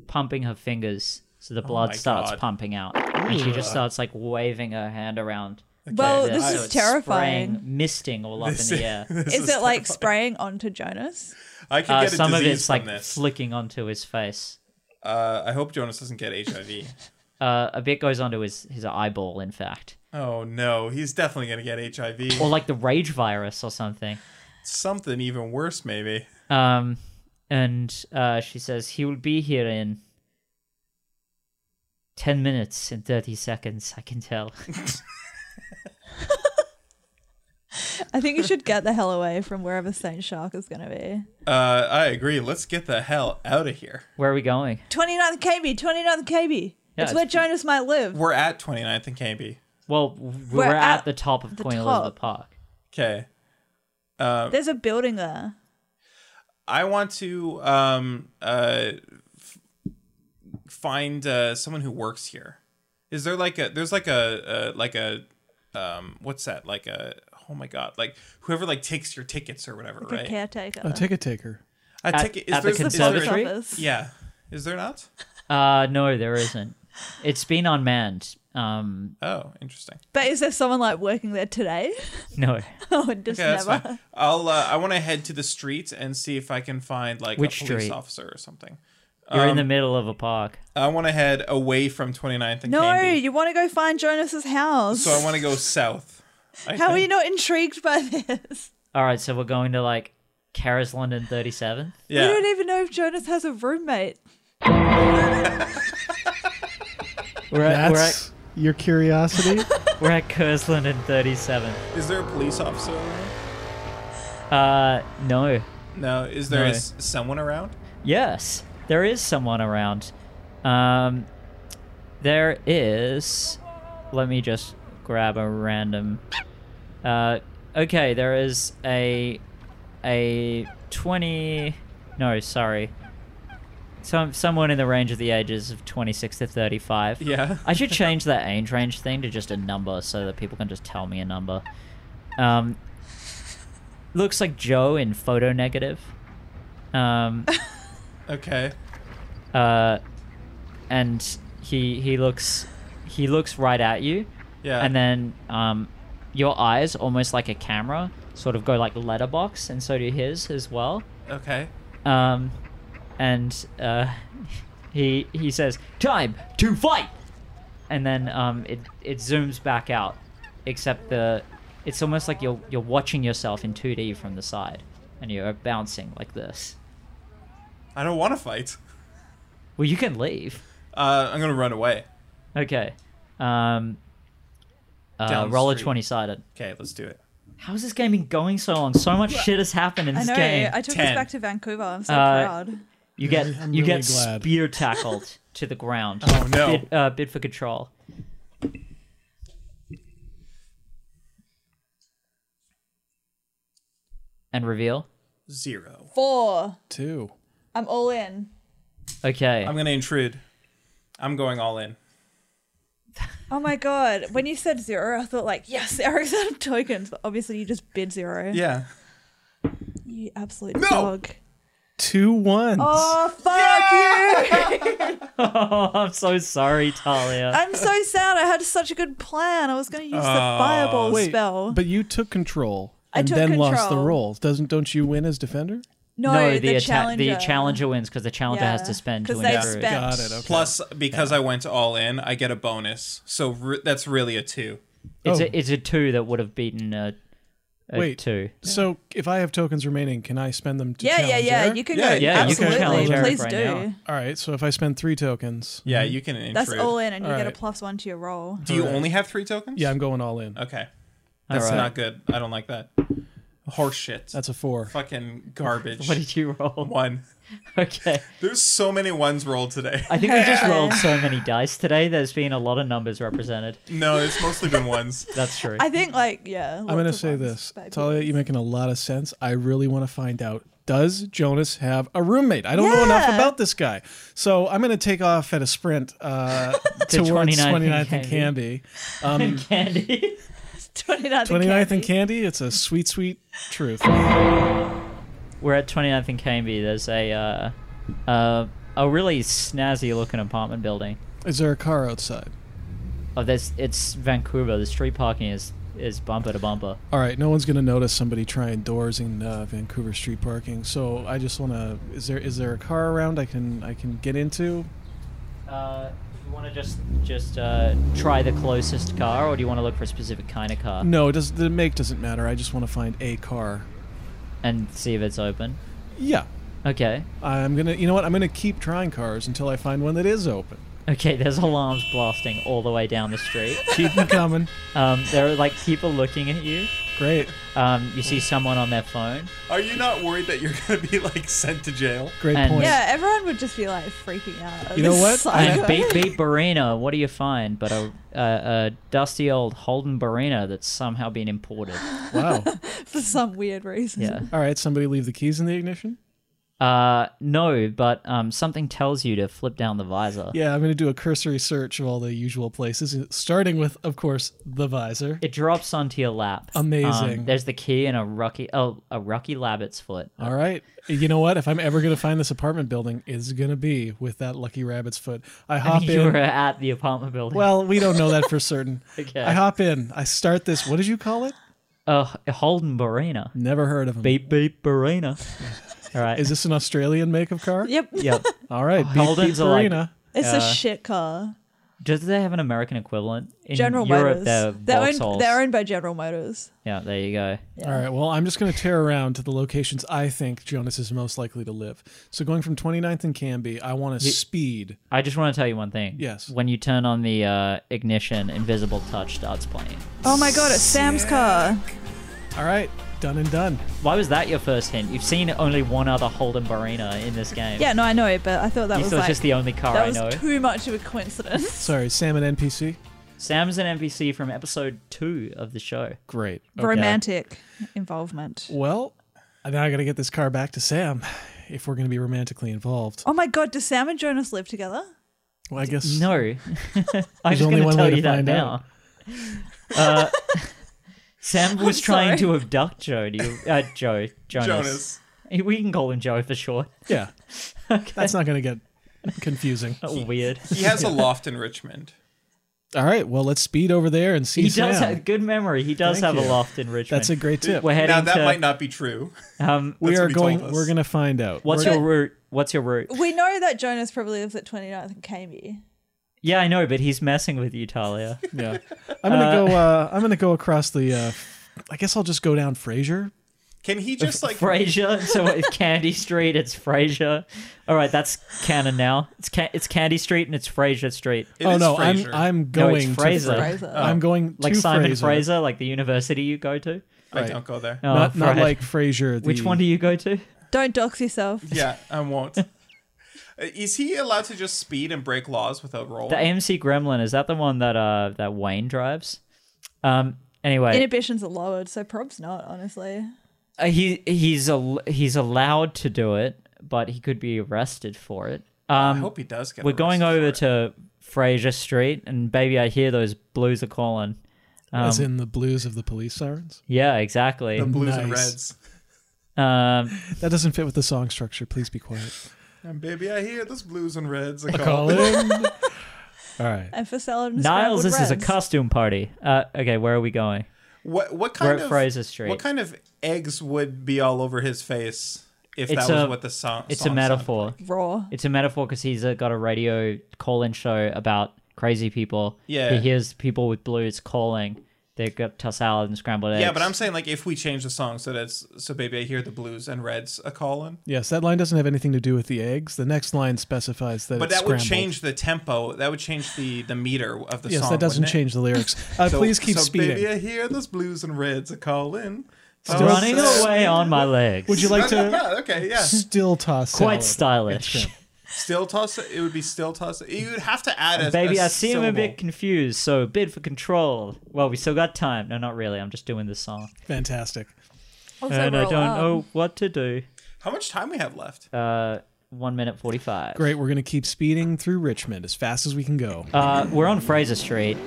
pumping her fingers, so the blood Oh my starts God. pumping out, and she just starts like waving her hand around. Well, like Oh, this so is it's terrifying. spraying- [laughs] misting all up in the [laughs] air. Is it like spraying onto Jonas? I could Uh, get a some of disease it's from like this. flicking onto his face. Uh, I hope Jonas doesn't get [laughs] HIV. Uh, a bit goes onto his his eyeball, in fact, oh no, he's definitely gonna get HIV. or like the rage virus or something. Something even worse, maybe. Um, and uh, she says he will be here in ten minutes and thirty seconds. I can tell. [laughs] I think you should get the hell away from wherever Saint Shark is going to be. Uh, I agree. Let's get the hell out of here. Where are we going? 29th KB, 29th KB. Yeah, it's it's where Jonas might live. We're at 29th and KB. Well, w- we're, We're at, at the top of the Queen top. Elizabeth Park. Okay. There's a building there. I want to um, uh, f- find uh, someone who works here. Is there like a there's like a, a like a um, what's that like a oh my god like whoever like takes your tickets or whatever Like A right caretaker. Oh, take a taker. a At- ticket is at the there, is there- conservatory? yeah is there not Uh, no, there isn't. It's been unmanned. Um, oh interesting But is there someone like working there today? [laughs] no. [laughs] oh, just okay that's never. fine I'll uh, I want to head to the street and see if I can find like Which a police street? officer or something You're in the middle of a park. I want to head away from 29th and No, Canby you want to go find Jonas's house. so I want to go south I How are think. you not intrigued by this? All right, so we're going to like Karis London 37th. [laughs] yeah. We don't even know if Jonas has a roommate. We're at, Uh, we're at, That's your curiosity. we're at Karis London 37th. Is there a police officer? around? Uh, no. No. Is there No. s- someone around? Yes, there is someone around. Um, there is. Let me just grab a random. Uh, okay, there is a a twenty. No, sorry. Some someone in the range of the ages of twenty six to thirty five. Yeah. I should change that age range thing to just a number so that people can just tell me a number. Um, looks like Joe in photo negative. Um, [laughs] Okay. uh, and he he looks he looks right at you, Yeah. and then um, your eyes almost like a camera sort of go like letterbox, and so do his as well. Okay. Um, and uh, [laughs] he he says, "Time to fight," and then um, it it zooms back out, except the it's almost like you're you're watching yourself in 2D from the side, and you're bouncing like this. I don't want to fight. Well, you can leave. Uh, I'm gonna run away. Okay. Um. Uh, Down the roll a street. twenty sided. Okay, let's do it. How's this game been going so long? So much shit has happened in I this know. game. I took Ten. this back to Vancouver. I'm so Uh, proud. you get I'm you really get glad. spear [laughs] tackled to the ground. Oh, no. Bid, uh, bid for control. And reveal. Zero. Four. Two. I'm all in. Okay. I'm gonna intrude. I'm going [laughs] all in. Oh my god. When you said zero, I thought like, yes, Eric's out of tokens. But obviously you just bid zero. Yeah. You absolute dog. Two ones. Oh fuck you! oh, [laughs] I'm so sorry, Talia. I'm so sad. I had such a good plan. I was going to use the Oh, fireball Uh, Wait, spell. but you took control I and took then lost the control. roles. Doesn't don't you win as defender? no, the, atta- challenger. the challenger wins because the challenger has Yeah, to spend to 'cause win they've through. spent- Got it. Okay. Plus, because I went all in, I get a bonus. So re- that's really a two. It's Oh. a it's a two that would have beaten a, a Wait. two. So if I have tokens remaining, can I spend them to Yeah, yeah, challenge yeah. Eric? You can go. Yeah, yeah, you can absolutely. challenge Eric Please right do. now. All right. So if I spend three tokens, Yeah, Mm-hmm. you can intrude. That's all in, and you All get a right. plus one to your roll. Do you only have three tokens? yeah, I'm going all in. Okay. That's Alright. not good. I don't like that. Horse shit. That's a four. fucking garbage. [laughs] What did you roll? One. Okay. There's so many ones rolled today. I think I just rolled so many dice today. There's been a lot of numbers represented. [laughs] No, it's mostly [laughs] been ones. That's true. I think, like, yeah. I'm gonna say this, [laughs] Talia. You're making a lot of sense. I really want to find out. Does Jonas have a roommate? I don't know enough Yeah. about this guy, so I'm going to take off at a sprint [laughs] uh, towards 29th and 29th and Canby. Um, Candy. 29th, 29th and Candy. It's a sweet, sweet truth. We're at 29th and Canby. There's a uh, uh, a really snazzy looking apartment building. Is there a car outside? Oh, there's it's Vancouver. The street parking is is bumper to bumper. All right, no one's gonna notice somebody trying doors in uh, Vancouver street parking. So I just wanna is there is there a car around I can I can get into? Uh, you want to just just uh, try the closest car, or do you want to look for a specific kind of car No, it does the make doesn't matter. I just want to find a car. and see if it's open? Yeah, Okay. I'm gonna. You know what? I'm gonna keep trying cars until I find one that is open. Okay, there's alarms blasting all the way down the street. Keep them coming. Um, there are like people looking at you. [laughs] Great, Um, you Mm. see someone on their phone. Are you not worried that you're gonna be like sent to jail? great And- point. Yeah, everyone would just be like freaking out. You know This what? psycho. And [laughs] beat beat [laughs] Barina. What do you find? But a, a, a dusty old Holden Barina that's somehow been imported. [gasps] Wow. for some weird reason. Yeah. All right, somebody leave the keys in the ignition. Uh, no, but um, something tells you to flip down the visor. Yeah, I'm gonna do a cursory search of all the usual places, starting with, of course, the visor. It drops onto your lap. Um, Amazing. there's the key and a rocky oh a rocky labbit's foot. All right. You know what? If I'm ever going to find this apartment building, it's going to be with that lucky rabbit's foot. [laughs] I hop You in. were at the apartment building. Well, we don't know that [laughs] for certain. Okay. I hop in. I start this. What did you call it? uh, Holden Barina. Never heard of him. Beep beep Barina. [laughs] All right. Is this an Australian make of car? Yep. [laughs] yep. All right. Beep, Holden's beep, are like- Farina. It's Uh, a shit car. Does they have an American equivalent in General Europe? Motors. They're owned, Vauxhalls. they're owned by General Motors. Yeah, there you go. All right. Well, I'm just going to tear around to the locations I think Jonas is most likely to live. So going from 29th and Canby, I want to speed. I just want to tell you one thing. Yes. When you turn on the uh, ignition, Invisible Touch starts playing. Oh my god, it's Sam's car. All right. Done and done. Why was that your first hint? You've seen only one other Holden Barina in this game. Yeah, no, I know it, but I thought that You was thought like just the only car that I was know. too much of [laughs] a coincidence. Sorry, Sam an NPC. Sam's an NPC from episode two of the show. Great. Romantic involvement. Well, now I got to get this car back to Sam if we're going to be romantically involved. Oh my god, do Sam and Jonas live together? Well, I guess No, [laughs] I'm just going only to one tell way to you that find now. out. Uh, [laughs] Sam was trying to sorry. abduct Jody. Uh, [laughs] Joe Jonas. Jonas. We can call him Joe for short. [laughs] Yeah. That's not going to get confusing. Weird. He has a loft in Richmond. All right. Well, let's speed over there and [laughs] see He Sam. does have good memory. He does Thank have a you. loft in Richmond. That's a great tip. We're heading Now that to. might not be true. um, we That's are what he told going. us. We're going to find out. what's We're- your route? What's your route? We know that Jonas probably lives at 29th and Cambie. Yeah, I know, but he's messing with you, [laughs] Talia. Yeah. I'm going to go. Uh, I'm going to go across the. Uh, I guess I'll just go down Fraser. Can he just like Frasier. So it's Candy Street. It's Frasier. All right, that's canon now. It's ca- it's Candy Street and it's Frasier Street. It oh is no, Frasier. I'm I'm No, it's going Fraser. Oh. to Fra- Fraser. I'm going Like to Simon Fraser. Fraser. like the university you go to. I right. don't go there. Oh, not not right. like Fraser. The, Which one do you go to? Don't dox yourself. Yeah, [laughs] I won't. Uh, Is he allowed to just speed and break laws without roll? The AMC Gremlin is that the one that uh that Wayne drives? Um. Anyway, Inhibitions are lowered, so prob's not, honestly. Uh, he he's al- he's allowed to do it, but he could be arrested for it. I Um, hope he does get. we're going arrested over for to Fraser Street, and baby, I hear those blues are calling. um, As in the blues of the police sirens. Yeah, it. the exactly. blues and Nice. reds. Um, That doesn't fit with the song structure. Please be quiet. And baby, I hear those blues and reds. I A call call it. in. [laughs] All right. And for salad and Niles, scrambled this is a reds. costume party. Uh, okay, where are we going? What We're what kind at of Fraser Street. what kind of eggs would be all over his face if It's that was a- what the song? it's a song sounded metaphor. Raw. It's a metaphor because he's uh, got a radio call-in show about crazy people. Yeah. he hears people with blues calling. They got tossed salad and scrambled eggs. Yeah, but I'm saying like if we change the song so that's so baby I hear the blues and reds a calling. Yes, that line doesn't have anything to do with the eggs. The next line specifies that. But it's that would scrambled. change the tempo. That would change the the meter of the Yes, song. that doesn't wouldn't it? change the lyrics. Uh, [laughs] So- please keep so speeding. Baby, I hear those blues and reds a calling. Oh, Still running Toss- [laughs] away on my legs. Would you like to Yeah, okay, [laughs] yeah. still toss? Quite salad? stylish. It's good. Still toss. It would be still toss. You'd have to add a Baby, I I seem a bit confused, so bid for control. Well, we still got time. No, not really. I'm just doing this song. Fantastic. Also, and I roll don't up. know what to do. How much time we have left? Uh, 1 minute 45. Great. We're gonna keep speeding through Richmond as fast as we can go. Uh, we're on Fraser Street.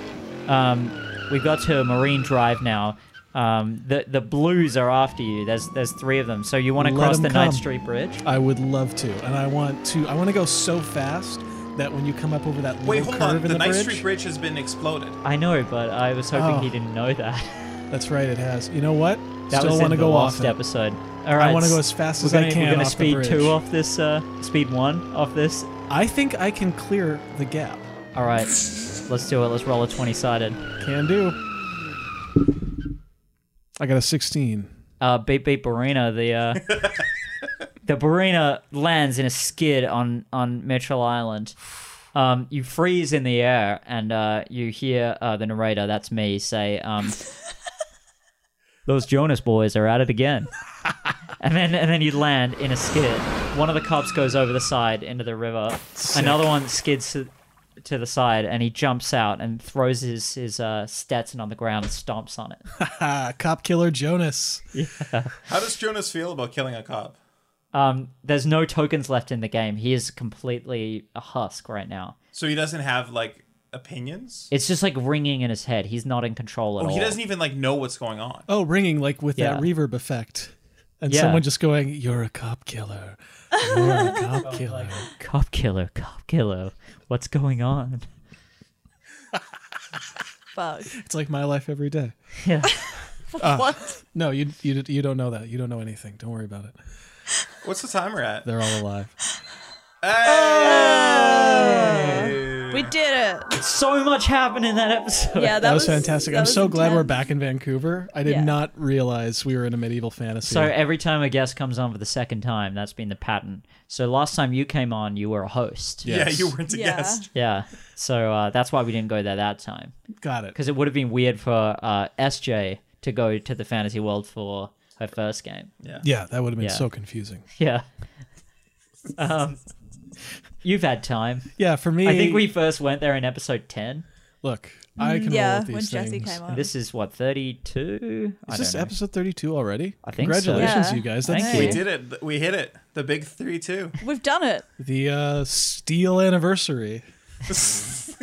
Um, we've got to Marine Drive now. Um, the the blues are after you. There's there's three of them. So you want to Let cross 'em the Ninth come. Street Bridge? I would love to, and I want to. I want to go so fast that when you come up over that little Wait, hold curve on. in The, the, Ninth bridge, Street Bridge has been exploded. I know, but I was hoping Oh. he didn't know that. That's right, it has. You know what? That Still was in want to the go last off it. episode. All right, wanna go s- as fast we're as I gonna, can We're gonna off the speed bridge. two off this. Uh, speed one off this. I think I can clear the gap. All right, let's do it. Let's roll a twenty sided. Can do. I got a 16. uh, Beep Beep Barina, the uh, the Barina lands in a skid on on Mitchell Island. Um, you freeze in the air, and uh, you hear uh, the narrator, that's me, say, um, "Those Jonas boys are at it again." and then and then you land in a skid. One of the cops goes over the side into the river. Another one skids to, to the side, and he jumps out and throws his his uh, Stetson on the ground and stomps on it. Ah, cop killer Jonas. How does Jonas feel about killing a cop? Um, there's no tokens left in the game. He is completely a husk right now. So he doesn't have like opinions. It's just like ringing in his head. He's not in control at Oh, all. he doesn't even like know what's going on. Oh, ringing like with that Yeah. reverb effect. And Yeah. someone just going, You're a cop killer. [laughs] You're a cop killer. Cop killer, cop killer. What's going on? [laughs] Fuck. It's like my life every day. Yeah. Ah. what? No, you, you you don't know that. You don't know anything. Don't worry about it. What's the timer at? They're [laughs] all alive. Hey! We did it. so much happened in that episode. Yeah, that, That was fantastic. that I'm was so glad we're intense. back in Vancouver. I did Yeah. not realize we were in a medieval fantasy. So every time a guest comes on for the second time, that's been the pattern. So last time you came on, you were a host. Yeah, Yes. you weren't a Yeah. guest. Yeah. So uh, that's why we didn't go there that time. Got it. Because it would have been weird for uh, SJ to go to the fantasy world for her first game. Yeah, that would have been Yeah. so confusing. Yeah. Um, you've had time. Yeah, for me, I think we first went there in episode 10. look. I can roll Yeah, with these when Jesse things. came on. This is what, 32? I Uh-huh. Is don't this know. episode 32 already? I think so. Congratulations, Yeah. you guys. Thank That's you. We did it. We hit it. The big three [laughs] two. We've done it. the uh, steel anniversary. That's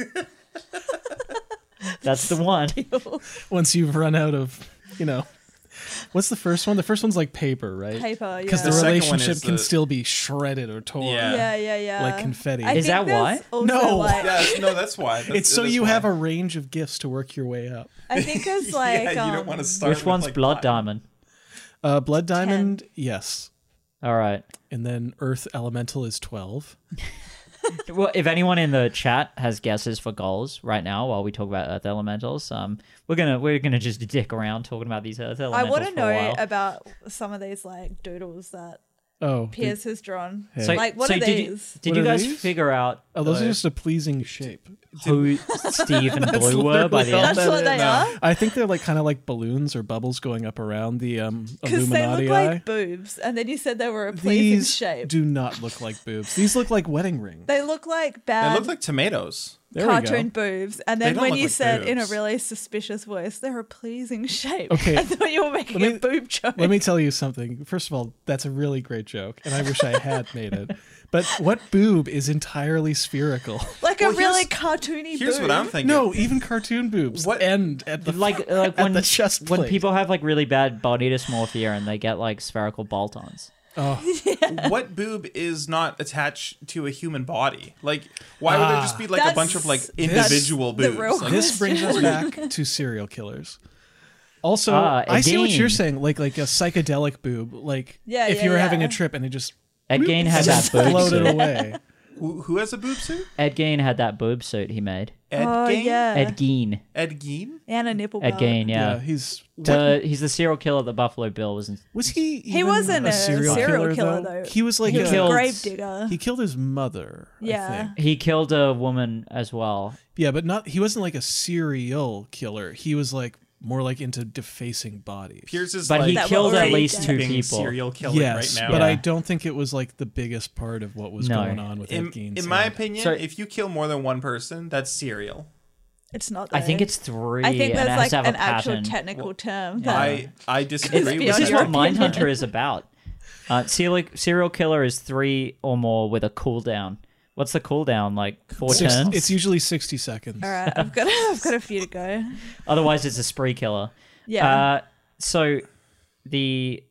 the [laughs] one. Once you've run out of, you know, what's the first one? The first one's like paper, right? Paper, Because yeah. the The second one relationship is can the- still be shredded or torn. Yeah. Yeah, yeah, yeah. Like confetti. I Is think that there's why? also, No. Like, Yeah, no, that's why. That's, It's so that's you why. have a range of gifts to work your way up. I think [laughs] it's like. [laughs] yeah, you um, don't want to start. Which with, one's like, Blood five. Diamond? Uh, Blood Diamond, yes. All right. And then Earth Elemental is 12. Well, if anyone in the chat has guesses for goals right now, while we talk about Earth Elementals, um, we're gonna we're gonna just dick around talking about these Earth I Elementals want for to a know while. about some of these like doodles that Oh, Pierce has drawn. so, Like, what so are did you- these? Did What you are guys these? figure out Oh, those are just a pleasing shape. [laughs] who Steve and Blue were by the literally end? all That's what is. they are? I think they're like kind of like balloons or bubbles going up around the um, Because they look Illuminati eye. like boobs, and then you said they were a pleasing These shape. do not look like boobs. These look like wedding rings. They look like They bad look like tomatoes. There cartoon we go. boobs, and They then don't when look you like said in a boobs. really suspicious voice, they're a pleasing shape. [laughs] Okay. I thought you were making Let me- a boob joke. Let me tell you something. First of all, that's a really great joke, and I wish I had made it. But what boob is entirely [laughs] spherical? like Well, a really here's- cartoony Here's boob. what I'm thinking. No, even cartoon boobs What- end [laughs] at the like uh, like when the chest when plate. people have like really bad body dysmorphia and they get like spherical bolt-ons. [laughs] Oh, [laughs] what boob is not attached to a human body? Like, why would there Ah. just be like a bunch of like That's- that's individual the boobs? real- Like, this brings us [laughs] back to serial killers. Also, Ah, I see what again. you're saying, like like a psychedelic boob, like Yeah, if yeah, you were having yeah. a trip and it just Ed Gein had that just boob floated suit. away. who, who has a boob suit? Ed Gein had that boob suit he made. Ed Oh Gein? yeah, Ed Gein. Ed Gein? and a nipple. Ed belt. Gein, Yeah, yeah. he's The, he's the serial killer that Buffalo Bill was in. was he? He even wasn't a a serial, serial killer, killer, though? though. He was like He a, was killed- a grave digger. He killed his mother. I Yeah. think. He killed a woman as well. Yeah, but not he wasn't like a serial killer. He was like more like into defacing bodies. Pierce is But like he That killed we're at already least two being people. serial killer yes, right now. but Yeah. I don't think it was like the biggest part of what was No. going on with in, Ed Gein's in my head. opinion, So- if you kill more than one person, that's serial. It's not. I think though. it's three. Uh, I think and it there's has like to have an a actual pattern. technical term. that- I I disagree with This is Yeah. what that. Mindhunter is about. Uh, serial, serial killer is three or more with a cooldown. What's the cooldown? Like four Six- turns? it's usually sixty seconds. All right, I've got. I've got a few to go. Otherwise, it's a spree killer. Yeah. Uh, so the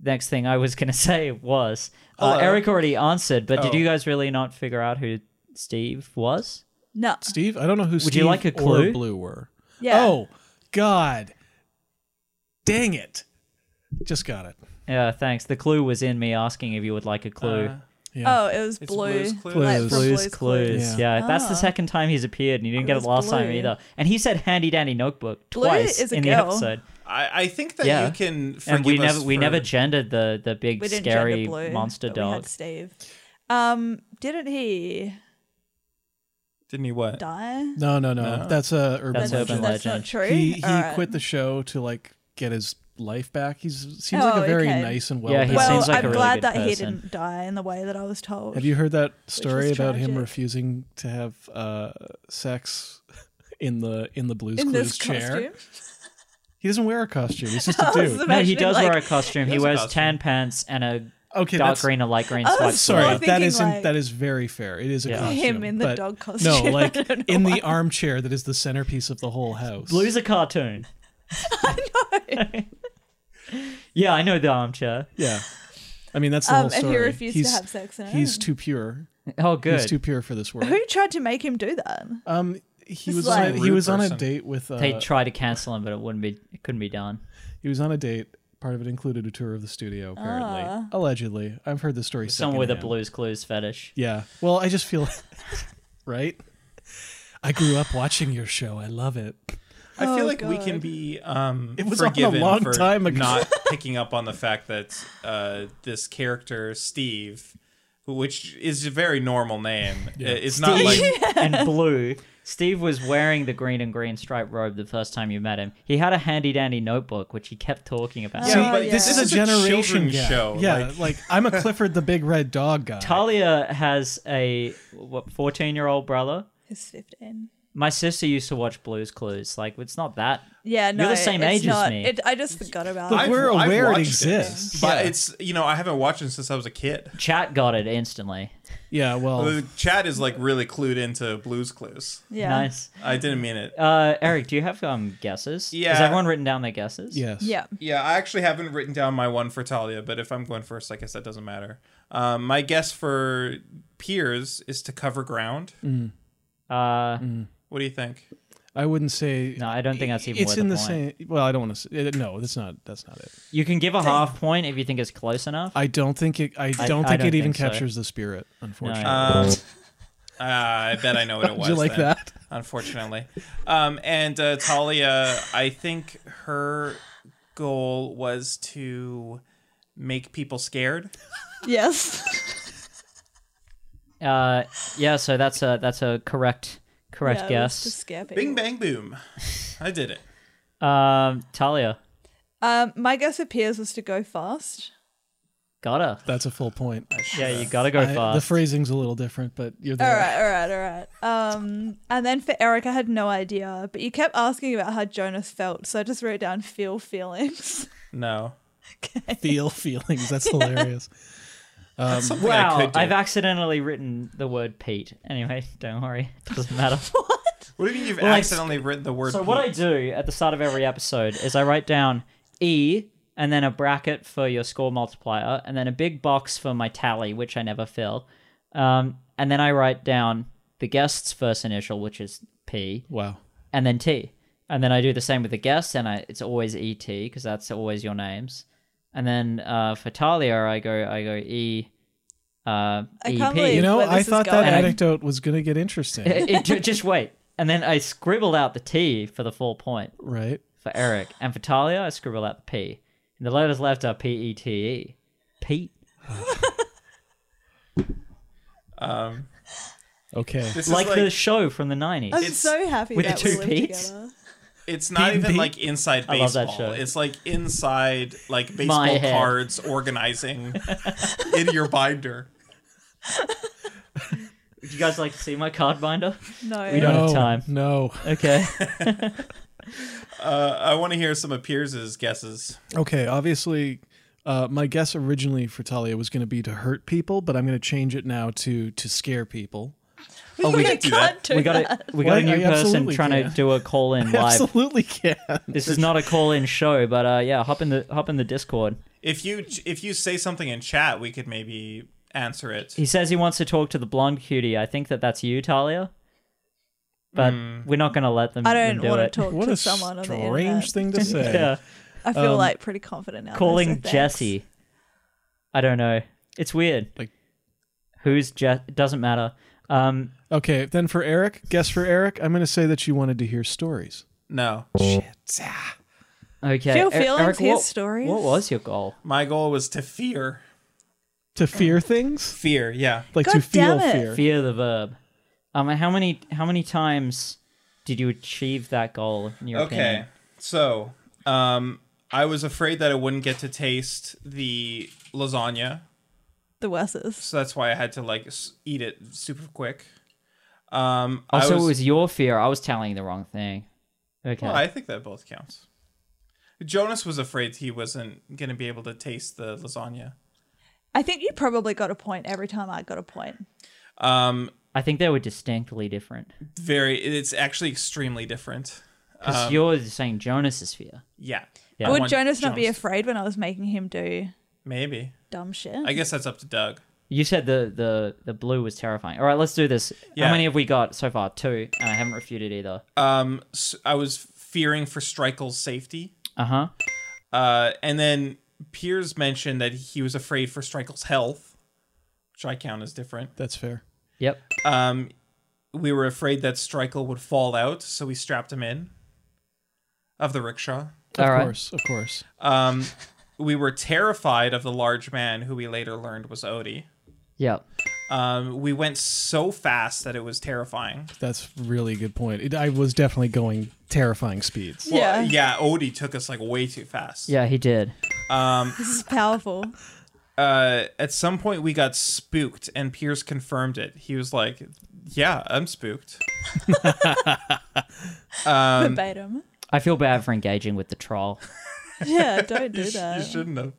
next thing I was going to [laughs] say was uh, Hello. Eric already answered, but did Oh. you guys really not figure out who Steve was? No. Steve, I don't know who Would Steve you like a or clue? Blue were. Yeah. Oh God. Dang it. Just got it. Yeah, thanks. The clue was in me asking if you would like a clue. Uh, Yeah. Oh, it was It's blue. Blue's Clues. like Blue's from Blues Clues. Yeah. Yeah, that's Ah. the second time he's appeared, and you didn't get it was last time Blue. either. And he said "handy dandy notebook" Blue twice is a in the girl. episode. I, I think that Yeah. you can forgive and we us never we for- never gendered the the big We didn't scary gender blue, monster but We dog. had Steve. Um, didn't he didn't you Oh, what? die? No, no, no. No. That's a urban That's that's urban legend. that's legend. not true. He he Alright. quit the show to like get his life back. He's seems Oh, like a very okay. nice and well. Yeah, he well, seems like I'm a really glad good that he person. didn't die in the way that I was told. Have you heard that story was about him tragic. refusing to have uh, sex [laughs] in the in the Blues in Clues this chair? costume? He doesn't wear a costume. [laughs] He's just a I was dude. no, he imagining, does wear a like- [laughs] costume. He has a wears costume. tan pants and a Okay, dark that's green and light green I was sweatshirt. sorry. Well, I'm that thinking, isn't like- that is very fair. It is a Yeah. costume. Him in the but dog No, costume. [laughs] I like don't know in why. the armchair that is the centerpiece of the whole house. Blue's a [laughs] cartoon. [laughs] yeah, I know the armchair. Yeah. I mean that's the Um, whole and story. he refused he's, to have sex in it. He's too pure. Oh, good. He's too pure for this world. [laughs] Who tried to make him do that? Um, he This was is on like- a, he was on a Rude person. date with they uh, tried to cancel him, but it wouldn't be. It couldn't be done. he was on a date. Part of it included a tour of the studio, apparently, allegedly. I've heard the story. Someone with a secondhand. Blue's Clues fetish. Yeah. Well, I just feel [laughs] right. I grew up watching your show. I love it. I feel Oh, like we can God. be um It was on a forgiven long for time ago. not [laughs] picking up on the fact that uh this character Steve which is a very normal name. It's not [laughs] like and blue. Steve was wearing the green and green striped robe the first time you met him. He had a handy dandy notebook, which he kept talking about. See, but yeah. this This is a generation gap. show. Yeah, like, like, I'm a Clifford the Big Red Dog guy. Talia has a what fourteen year old brother. He's 15. My sister used to watch Blues Clues. Like it's not that. Yeah, no, the same it's age as not, me. It, I just forgot about Look, it. I've- [laughs] we're I've aware it watched exists. but yeah. it's you know I haven't watched it since I was a kid. Chat got it instantly. yeah, well, The chat is like really clued into Blue's Clues. Yeah. Nice. I didn't mean it. Uh, Eric, do you have um guesses? Has Yeah. everyone written down their guesses? [laughs] yes. [laughs] Yeah. Yeah, I actually haven't written down my one for Talia, but if I'm going first, I guess that doesn't matter. Um, my guess for Piers is to cover ground. Uh, What do you think? I wouldn't say no, I don't think that's even it's worth in a the point. same well, I don't want to say it, no, that's not that's not it. You can give a half point if you think it's close enough. I don't think it I I don't think don't it even think so. captures the spirit, unfortunately. Um, uh, I bet I know [laughs] what it Did was. you like then, that? Unfortunately, um, and uh, Talia, I think her goal was to make people scared. Yes. Uh, yeah, so that's a that's a correct correct yeah, it was guess. to scare people. Bing bang boom, I did it. Um, Talia, Um, my guess for Piers was to go fast. gotta. That's a full point. Yeah, you gotta go I- fast. the phrasing's a little different, but you're All there. right, all right, all right. Um, and then for Eric, I had no idea, but you kept asking about how Jonas felt, so I just wrote down feel feelings. [laughs] No, Feel [laughs] feelings. That's hilarious. That's something Um, wow, I could do. I've accidentally written the word Pete. Anyway, [laughs] don't worry, it doesn't matter. what do you mean you've I- accidentally written the word? so what I peep? do at the start of every episode is I write down E and then a bracket for your score multiplier and then a big box for my tally, which I never fill. Um, and then I write down the guest's first initial, which is P, Wow. and then T. And then I do the same with the guests, and I, it's always ET because that's always your names. And then uh, for Talia, I go I go E. Uh, I can't EP. believe- You know, where I this is thought that going. anecdote was going to [laughs] get interesting, [laughs] It- it- ju- just wait. And then I scribbled out the T for the full point right? for Eric, and for Talia, I scribbled out the P. And the letters left are P E T E. Pete. Um, Okay. this Like, is like the show from the nineties. I'm It's- so happy with that the two we lived Ps? together. It's not Pete and even Pete? like inside I baseball. love that show. It's like inside [laughs] like My baseball head. [laughs] cards organizing in your binder. Would you guys like to see my card binder? No, We don't have No, time. No. Okay. Uh, I want to hear some of Pierce's guesses. Okay. Obviously, uh, my guess originally for Talia was going to be to hurt people, but I'm going to change it now to to scare people. [laughs] oh, [laughs] we, do can't that. do we got that. a we got a Why- new I person absolutely trying can. to do a call [laughs] in live. Absolutely can. This is not a call in show, but uh, yeah, hop in the hop in the Discord. If you if you say something in chat, we could maybe answer it. He says he wants to talk to the blonde cutie. I think that that's you, Talia. But we're not going to let them. I them don't do want to it. talk What [laughs] to a someone on the strange internet. [laughs] thing to say. Yeah. I feel like pretty confident now. though, so Um, Calling thanks. Jesse. I don't know. It's weird. Like- who's Jess? Doesn't matter. Um, Okay, then for Eric, guess for Eric, I'm going to say that you wanted to hear stories. No. okay. Feel E- feelings, Eric, hear what- stories. What was your goal? My goal was to fear. To fear things? Fear, yeah. Like to Oh. God feel damn it. fear. Fear the verb. Um, how many how many times did you achieve that goal? In your Okay. opinion? So, um, I was afraid that I wouldn't get to taste the lasagna, The worstest. so that's why I had to like s- eat it super quick. Um, Also, I was, it was your fear. I was telling the wrong thing. Okay. Well, I think that both counts. Jonas was afraid he wasn't going to be able to taste the lasagna. I think you probably got a point every time I got a point. Um, I think they were distinctly different. very, it's actually extremely different. Because Um, you're saying Jonas's fear. Yeah. Yeah. I Would Would want Jonas not be afraid when I was making him do Maybe. dumb shit? I guess that's up to Doug. You said the, the, the blue was terrifying. All right, let's do this. Yeah. How many have we got so far? Two, and I haven't refuted either. Um, s I I was fearing for Strykel's safety. Uh huh. Uh, and then Piers mentioned that he was afraid for Strykel's health, which I count as different. That's fair. Yep. Um, we were afraid that Strykel would fall out, so we strapped him in of the rickshaw. Of All right. course, of course. Um, we were terrified of the large man who we later learned was Odie. Yep. Um, we went so fast that it was terrifying. That's really a good point. It, I was definitely going terrifying speeds. Yeah. Well, yeah, Odie took us like way too fast. Um, Yeah, he did. This is powerful. uh, at some point we got spooked and Piers confirmed it. He was like, "Yeah, I'm spooked." Um, [laughs] Verbatim. I feel bad for engaging with the troll. [laughs] Yeah, don't do You that. shouldn't have.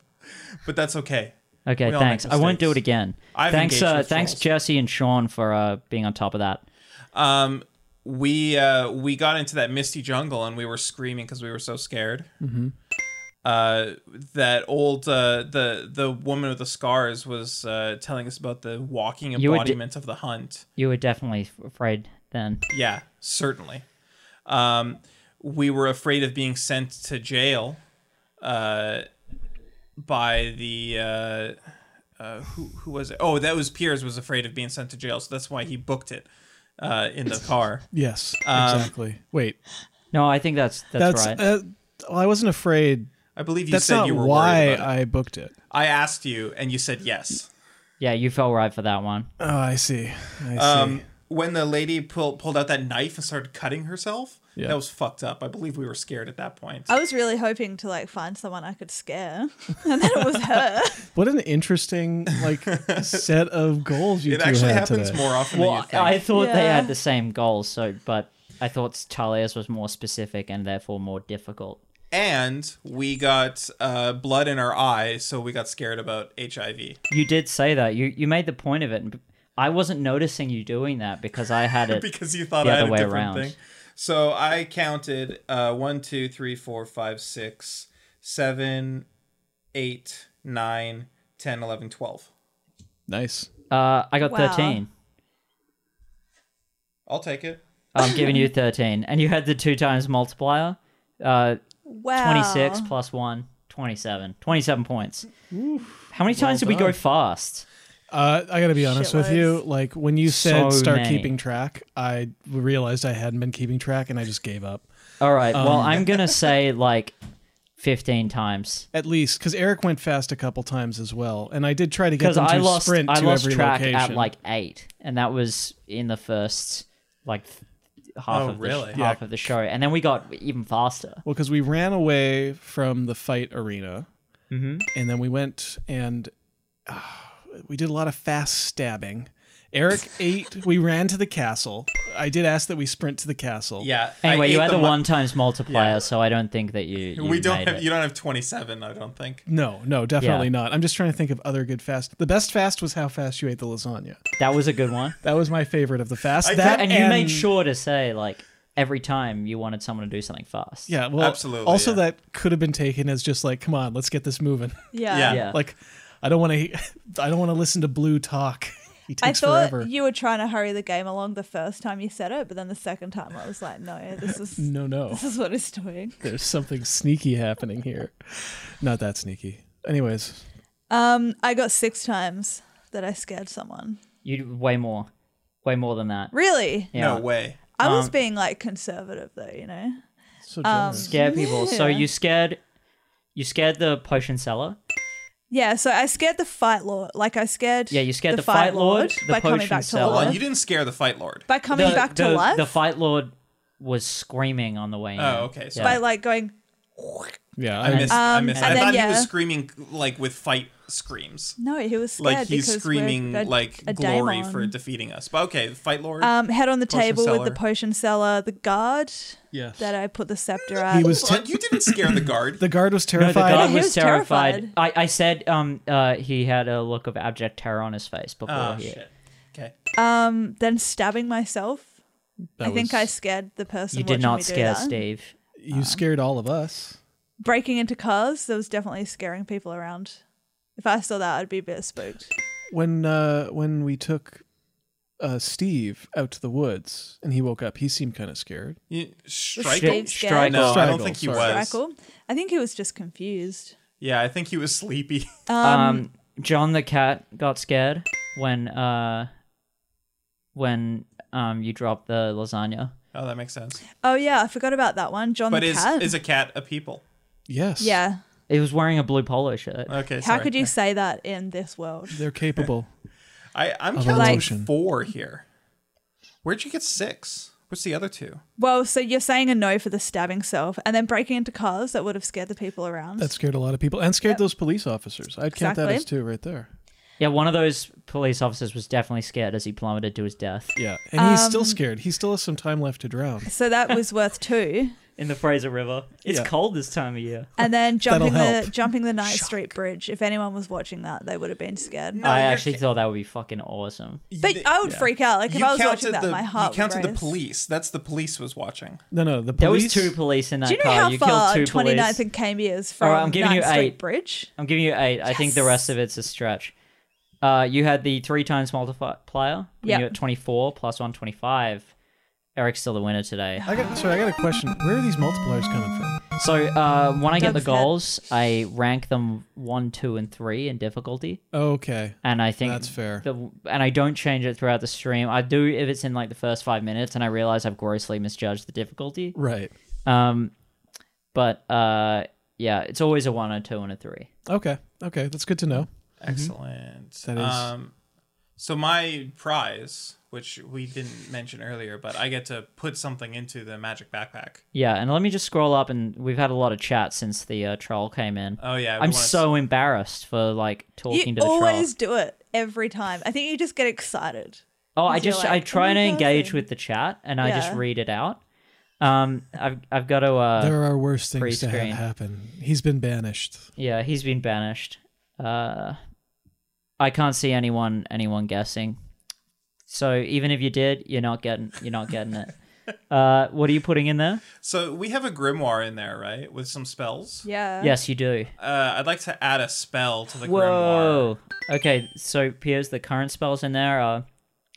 But that's okay. Okay, We all make thanks. I won't do it mistakes. again. I've thanks, engaged uh, with thanks, trolls. Jesse and Sean for uh, being on top of that. Um we uh we got into that misty jungle and we were screaming because we were so scared. Mm-hmm. Uh, that old uh, the the woman with the scars was uh, telling us about the walking You would- embodiment of the hunt. You were definitely afraid then. Yeah, certainly. Um, we were afraid of being sent to jail uh, by the uh, uh, who who was it? Oh, that was Piers was afraid of being sent to jail, so that's why he booked it uh, in the car. Yes, Um, exactly. Wait, No, I think that's that's, right. that's. uh, well, I wasn't afraid. I believe you That's said not you were why worried about it. I booked it. I asked you, and you said yes. yeah, you felt right for that one. Oh, I see. I see. Um, when the lady pulled pulled out that knife and started cutting herself, Yeah. that was fucked up. I believe we were scared at that point. I was really hoping to like find someone I could scare, [laughs] and then it was her. [laughs] what an interesting like set of goals you it two actually had happens today. more often than Well, you think. I thought they Yeah. had the same goals, so but I thought Talia's was more specific and therefore more difficult. and we got uh, blood in our eye, so we got scared about HIV. You did say that. You you made the point of it. and I wasn't noticing you doing that because I had it. [laughs] [laughs] because you thought The I had other a way different around. thing. So I counted uh, one, two, three, four, five, six, seven, eight, nine, 10, 11, 12. Nice. Uh, I got Wow. thirteen. I'll take it. I'm giving [laughs] you thirteen, and you had the two times multiplier. Uh, Wow. 26 plus 1 27 27 points how many times did we done. go fast Uh, I gotta be honest with you. Shitloads. Like when you said So start many. keeping track, I realized I hadn't been keeping track, and I just gave up. all right well Um, i'm [laughs] gonna say like 15 times At least because Eric went fast a couple times as well, and I did try to get because them to i lost sprint i to lost every track location. at like 8 and that was in the first like th- half Oh, of the really? sh- half of the show and then we got even faster Well, because we ran away from the fight arena, Mm-hmm. and then we went and uh, we did a lot of fast stabbing. [laughs] Eric ate. We ran to the castle. I did ask that we sprint to the castle. Yeah. I anyway you ate had the mu- one times multiplier so i don't think that you, you We don't made have. it. You don't have twenty-seven. I don't think. No, no, definitely Yeah. not. I'm just trying to think of other good fast. The best fast was how fast you ate the lasagna. that was a good one That was my favorite of the fast. I that think- and you made sure to say like every time you wanted someone to do something fast Yeah, well, Absolutely, Also, yeah. that could have been taken as just like, come on, let's get this moving. Yeah. Yeah. yeah [laughs] like, I don't want to. I don't want to listen to Blue talk. [laughs] He I takes thought forever. you were trying to hurry the game along the first time you said it, but then the second time I was like, no, this [laughs] is [laughs] no, no. this is what it's doing. There's something sneaky happening here. [laughs] Not that sneaky. Anyways, Um, I got six times that I scared someone. You way more, way more than that. Really, Yeah. No way. Um, I Um, was being like conservative though, you know. Um, so generous. Scare people. So Yeah. you scared, you scared the potion seller. Yeah, so I scared the fight lord. Like I scared. Yeah, you scared the fight lord, the by coming potion back to seller. Hold life. on, you didn't scare the fight lord. by coming the, back to the, life. The fight lord was screaming on the way in. Oh, okay. So by like going. Yeah, I I missed. I Um, missed. and I then, thought he yeah. was screaming like with fight screams. No, he was scared Like he's because we're screaming a- like a glory for daemon. defeating us. But okay, fight lord. Um, head on the Potion table with seller. the potion seller, the guard Yes. that uh, I put the scepter at. He was Hold on, you didn't scare the guard. [laughs] the guard was No, the terrified. guard he was, was terrified. terrified. I, I said um uh he had a look of abject terror on his face before oh he shit. Okay. um, then stabbing myself. That I think was- I scared the person. you did watching not me do scare that. Steve. You scared all of us. Breaking into cars, there was definitely scaring people around. If I saw that, I'd be a bit spooked. When uh when we took uh Steve out to the woods and he woke up, he seemed kind of scared. You, Steve strike. scared? Strike. No, I don't Strangle, think he sorry. was. Crackle. I think he was just confused. Yeah, I think he was sleepy. [laughs] Um, John the cat got scared when uh when um you dropped the lasagna. Oh, that makes sense. Oh yeah, I forgot about that one. John But the is cat. is a cat a people? Yes. yeah. It was wearing a blue polo shirt. Okay. How sorry. could you say that in this world? They're [laughs] capable. I I'm Of counting emotion. four here. Where'd you get six? What's the other two? Well, so you're saying a no for the stabbing self, and then breaking into cars that would have scared the people around. that scared a lot of people and scared those police officers. I'd count that Exactly. as two right there. Yeah, one of those police officers was definitely scared as he plummeted to his death. Yeah. And he's Um, still scared. He still has some time left to drown. so that was worth two. In the Fraser River. It's Yeah. cold this time of year. And [laughs] then jumping the help. jumping the Night Street Bridge. If anyone was watching that, they would have been scared. I actually thought that would be fucking awesome. But I would freak out. Like if I was watching that, the my heart you counted would the race. police. That's the police was watching. No, no, the There police. was two police in that Do you know car. how you far killed two 29th police. and Cambie is from All right, I'm giving Night you Street eight. Bridge? I'm giving you eight. I think the rest of it's a stretch. Uh, you had the three times multiplier. Yep. You got 24 plus 125. Eric's still the winner today. I got sorry, I got a question. Where are these multipliers coming from? So uh, when I get the Doug's head. goals, I rank them one, two, and three in difficulty, Okay. and I think That's fair. The, and I don't change it throughout the stream. I do if it's in like the first five minutes, and I realize I've grossly misjudged the difficulty. Right. Um, but uh, yeah, it's always a one, a two, and a three. Okay. Okay. That's good to know. Mm-hmm. Excellent. That is- Um, so my prize, which we didn't mention earlier, but I get to put something into the magic backpack. Yeah, and let me just scroll up, and we've had a lot of chat since the uh, troll came in. Oh yeah, we I'm wanna s- so embarrassed for like You talking to the always do it every time. I think you just get excited. troll. Oh, I you're just like, I "Oh try my to God." engage with the chat, and I just Yeah. read it out. Um, I've I've got to uh, There are worse things to have pre-screen. happen. He's been banished. Yeah, he's been banished. Uh, I can't see anyone anyone guessing. So even if you did, you're not getting you're not getting it. Uh, what are you putting in there? So we have a grimoire in there, right, with some spells. Yeah. Yes, you do. Uh, I'd like to add a spell to the grimoire. Whoa. Okay, so Piers, the current spells in there are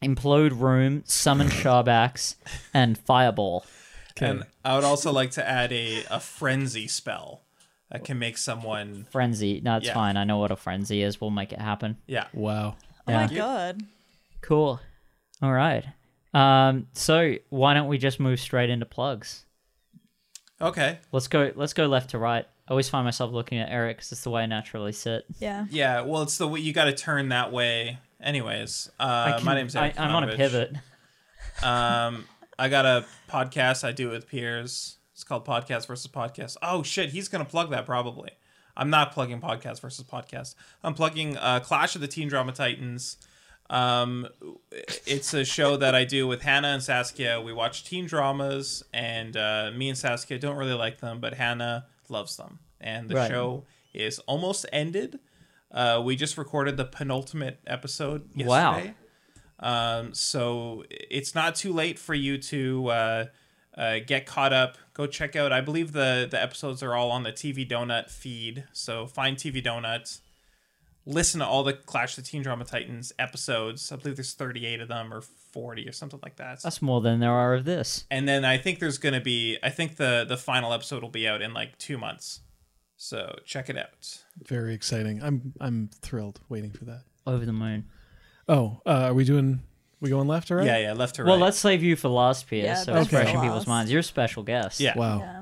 implode room, [laughs] summon Sharbax, and fireball. And I would also like to add a, a frenzy spell that can make someone. Frenzy. No, it's Yeah. fine. I know what a frenzy is. We'll make it happen. Yeah. Wow. Oh Yeah. my god. Cool. All right. Um, so why don't we just move straight into plugs? Okay. Let's go. Let's go left to right. I always find myself looking at Eric because it's the way I naturally sit. Yeah. Yeah. Well, it's the way you got to turn that way. Anyways, uh, I can- my name's I, Eric I'm on a Ivanovich. pivot. Um, I got a podcast I do with peers. It's called Podcast versus Podcast. Oh shit, he's gonna plug that probably. I'm not plugging Podcast versus Podcast. I'm plugging uh, Clash of the Teen Drama Titans. Um, it's a show that I do with Hannah and Saskia. We watch teen dramas, and uh, me and Saskia don't really like them, but Hannah loves them. And the Right. show is almost ended. Uh, we just recorded the penultimate episode Wow. yesterday. Um, so it's not too late for you to uh, uh, get caught up. Go check out. I believe the the episodes are all on the TV Donut feed. So find TV Donut, listen to all the Clash of the Teen Drama Titans episodes. I believe there's 38 of them or 40 or something like that. That's more than there are of this. and then I think there's gonna be I think the the final episode will be out in like two months. So check it out. Very exciting. I'm I'm thrilled waiting for that. Over the moon. Oh, uh, are we doing? We going left or right? Yeah, yeah, left to right. Well, let's save you for last, Pierre, Yeah, so that's it's fresh in okay. people's last. minds. You're a special guest. Yeah. Wow. Yeah.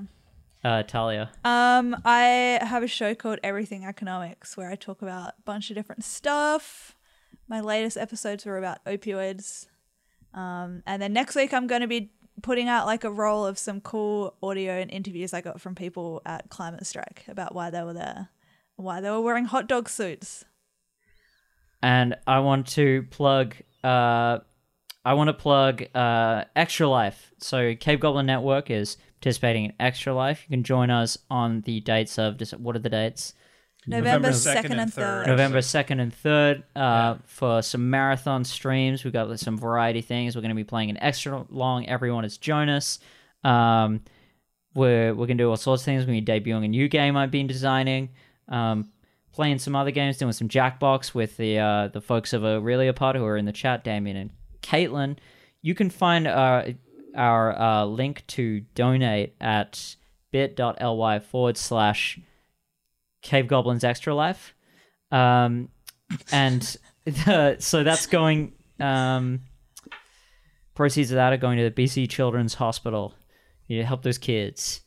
Uh, Talia. Um, I have a show called Everything Economics where I talk about a bunch of different stuff. My latest episodes were about opioids. Um, and then next week I'm going to be putting out like a roll of some cool audio and interviews I got from people at Climate Strike about why they were there, why they were wearing hot dog suits. and I want to plug. Uh, I want to plug uh, Extra Life. So Cave Goblin Network is participating in Extra Life. You can join us on the dates of just what are the dates? November, November 2nd and 3rd. November second and third uh, for some marathon streams. We've got like, some variety things. We're going to be playing an extra long. Everyone is Jonas. Um, we're we're gonna do all sorts of things. We're gonna be debuting a new game I've been designing. Um, playing some other games, doing some Jackbox with the uh, the folks of Aurelia Pod who are in the chat, Damien and Caitlin. You can find our our uh, link to donate at bit.ly forward slash Cave Goblins Extra Life. Um, and [laughs] the, so that's going. Um, proceeds of that are going to the BC Children's Hospital. You help those kids.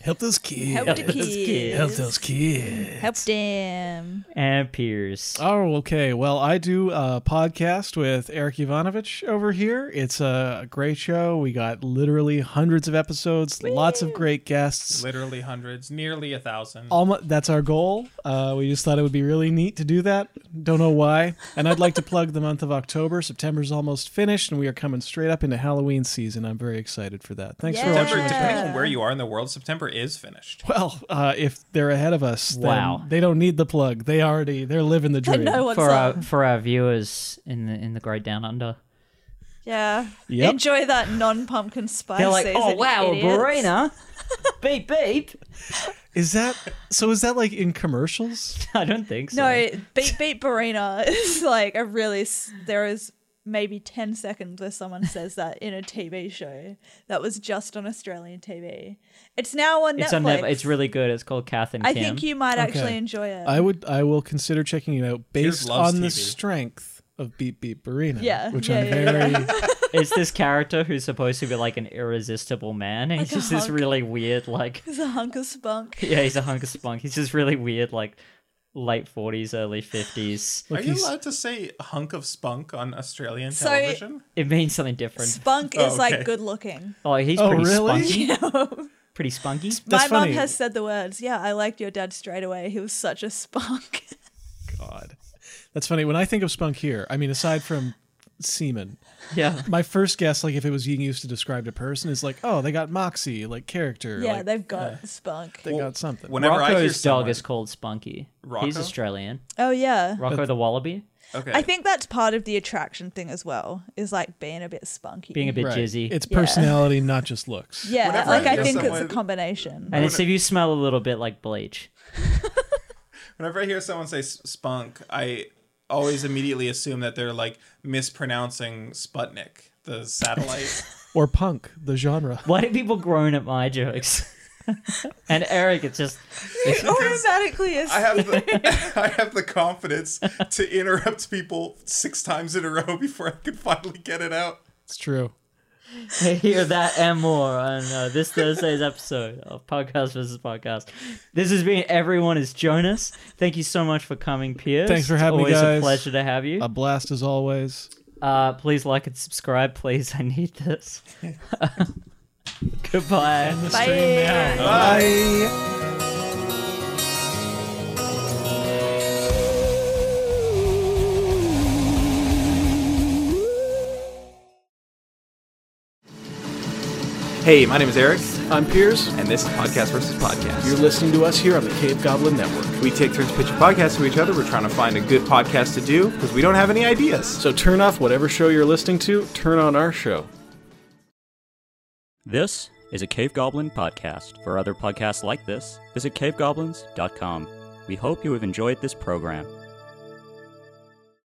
Help those kids. Help the kids. Help those kids. Help them. And Piers. Oh, okay. Well, I do a podcast with Eric Ivanovich over here. It's a great show. We got literally hundreds of episodes, lots of great guests. Literally hundreds, nearly a thousand. Almo- that's our goal. Uh, we just thought it would be really neat to do that. Don't know why. And I'd like to plug the month of October. September's almost finished, and we are coming straight up into Halloween season. I'm very excited for that. Thanks for Yeah. watching. September, Yeah. depending on where you are in the world, September is finished. Well, uh, if they're ahead of us, then Wow. they don't need the plug. They already they're living [laughs] the They dream. know what's for up. our for our viewers in the in the great down under. Yeah. Yep. Enjoy that non pumpkin spice. They're like, oh season, wow, a idiots." [laughs] Barina. beep beep. Is that so? Is that like in commercials? I don't think so. No, beat beat Barina [laughs] is like a really. s- There is maybe ten seconds where someone says that in a TV show that was just on Australian TV. It's now on it's Netflix. on Netflix. It's really good. It's called Kath and I Kim. think you might actually Okay. enjoy it. [laughs] I would. I will consider checking it out based loves on the TV. strength of Beep Beat Barina. Yeah, which yeah, I'm yeah, very. [laughs] it's this character who's supposed to be like an irresistible man, and he's Like a just this hunk. really weird, like It's a hunk of spunk. [laughs] yeah, he's a hunk of spunk. He's just really weird, like late forties, early fifties. Are you he's- allowed to say hunk of spunk on Australian So- television? It means something different. Spunk Oh, is like okay. good looking. Oh, he's Oh, pretty really? [laughs] spunky. My Pretty spunky. That's mum funny. has said the words. Yeah, I liked your dad straight away. He was such a spunk. [laughs] God, that's funny. When I think of spunk here, I mean, aside from semen, Yeah. my first guess, like if it was being used to describe a person, is like, oh, they got moxie, like character. yeah, like, they've got spunk. they got something. Whenever I hear Rocco's someone, dog is called Spunky. He's Rocco? Australian. Oh yeah. Rocco the Wallaby, okay. I think that's part of the attraction thing as well, is like being a bit spunky. being a bit Right. jizzy. It's Yeah. personality, not just looks. Yeah, Whenever like I I hear think it's a [laughs] someone- combination. and it's if you smell a little bit like bleach. Whenever I hear someone say s- spunk, I always immediately assume that they're like mispronouncing Sputnik, the satellite. Or punk, the genre. [laughs] Why do people groan at my jokes? [laughs] and Eric, it's just It automatically is. I have the, [laughs] I have the confidence to interrupt people six times in a row [laughs] before I can finally get it out. It's true. [laughs] hear that and more on uh, this Thursday's episode of Podcast versus Podcast. This has been Everyone is Jonas. Thank you so much for coming, Pierce. Thanks for having me, Always guys. Um, a pleasure to have you. A blast as always. Uh, please like and subscribe, please. [laughs] I need this. Goodbye. [laughs] Bye. Bye. Hey, my name is Eric, I'm Piers. and this is Podcast versus Podcast. You're listening to us here on the Cave Goblin Network. we take turns pitching podcasts to each other. We're trying to find a good podcast to do because we don't have any ideas. So turn off whatever show you're listening to, turn on our show. This is a Cave Goblin podcast. For other podcasts like this, visit cavegoblins.com. We hope you have enjoyed this program.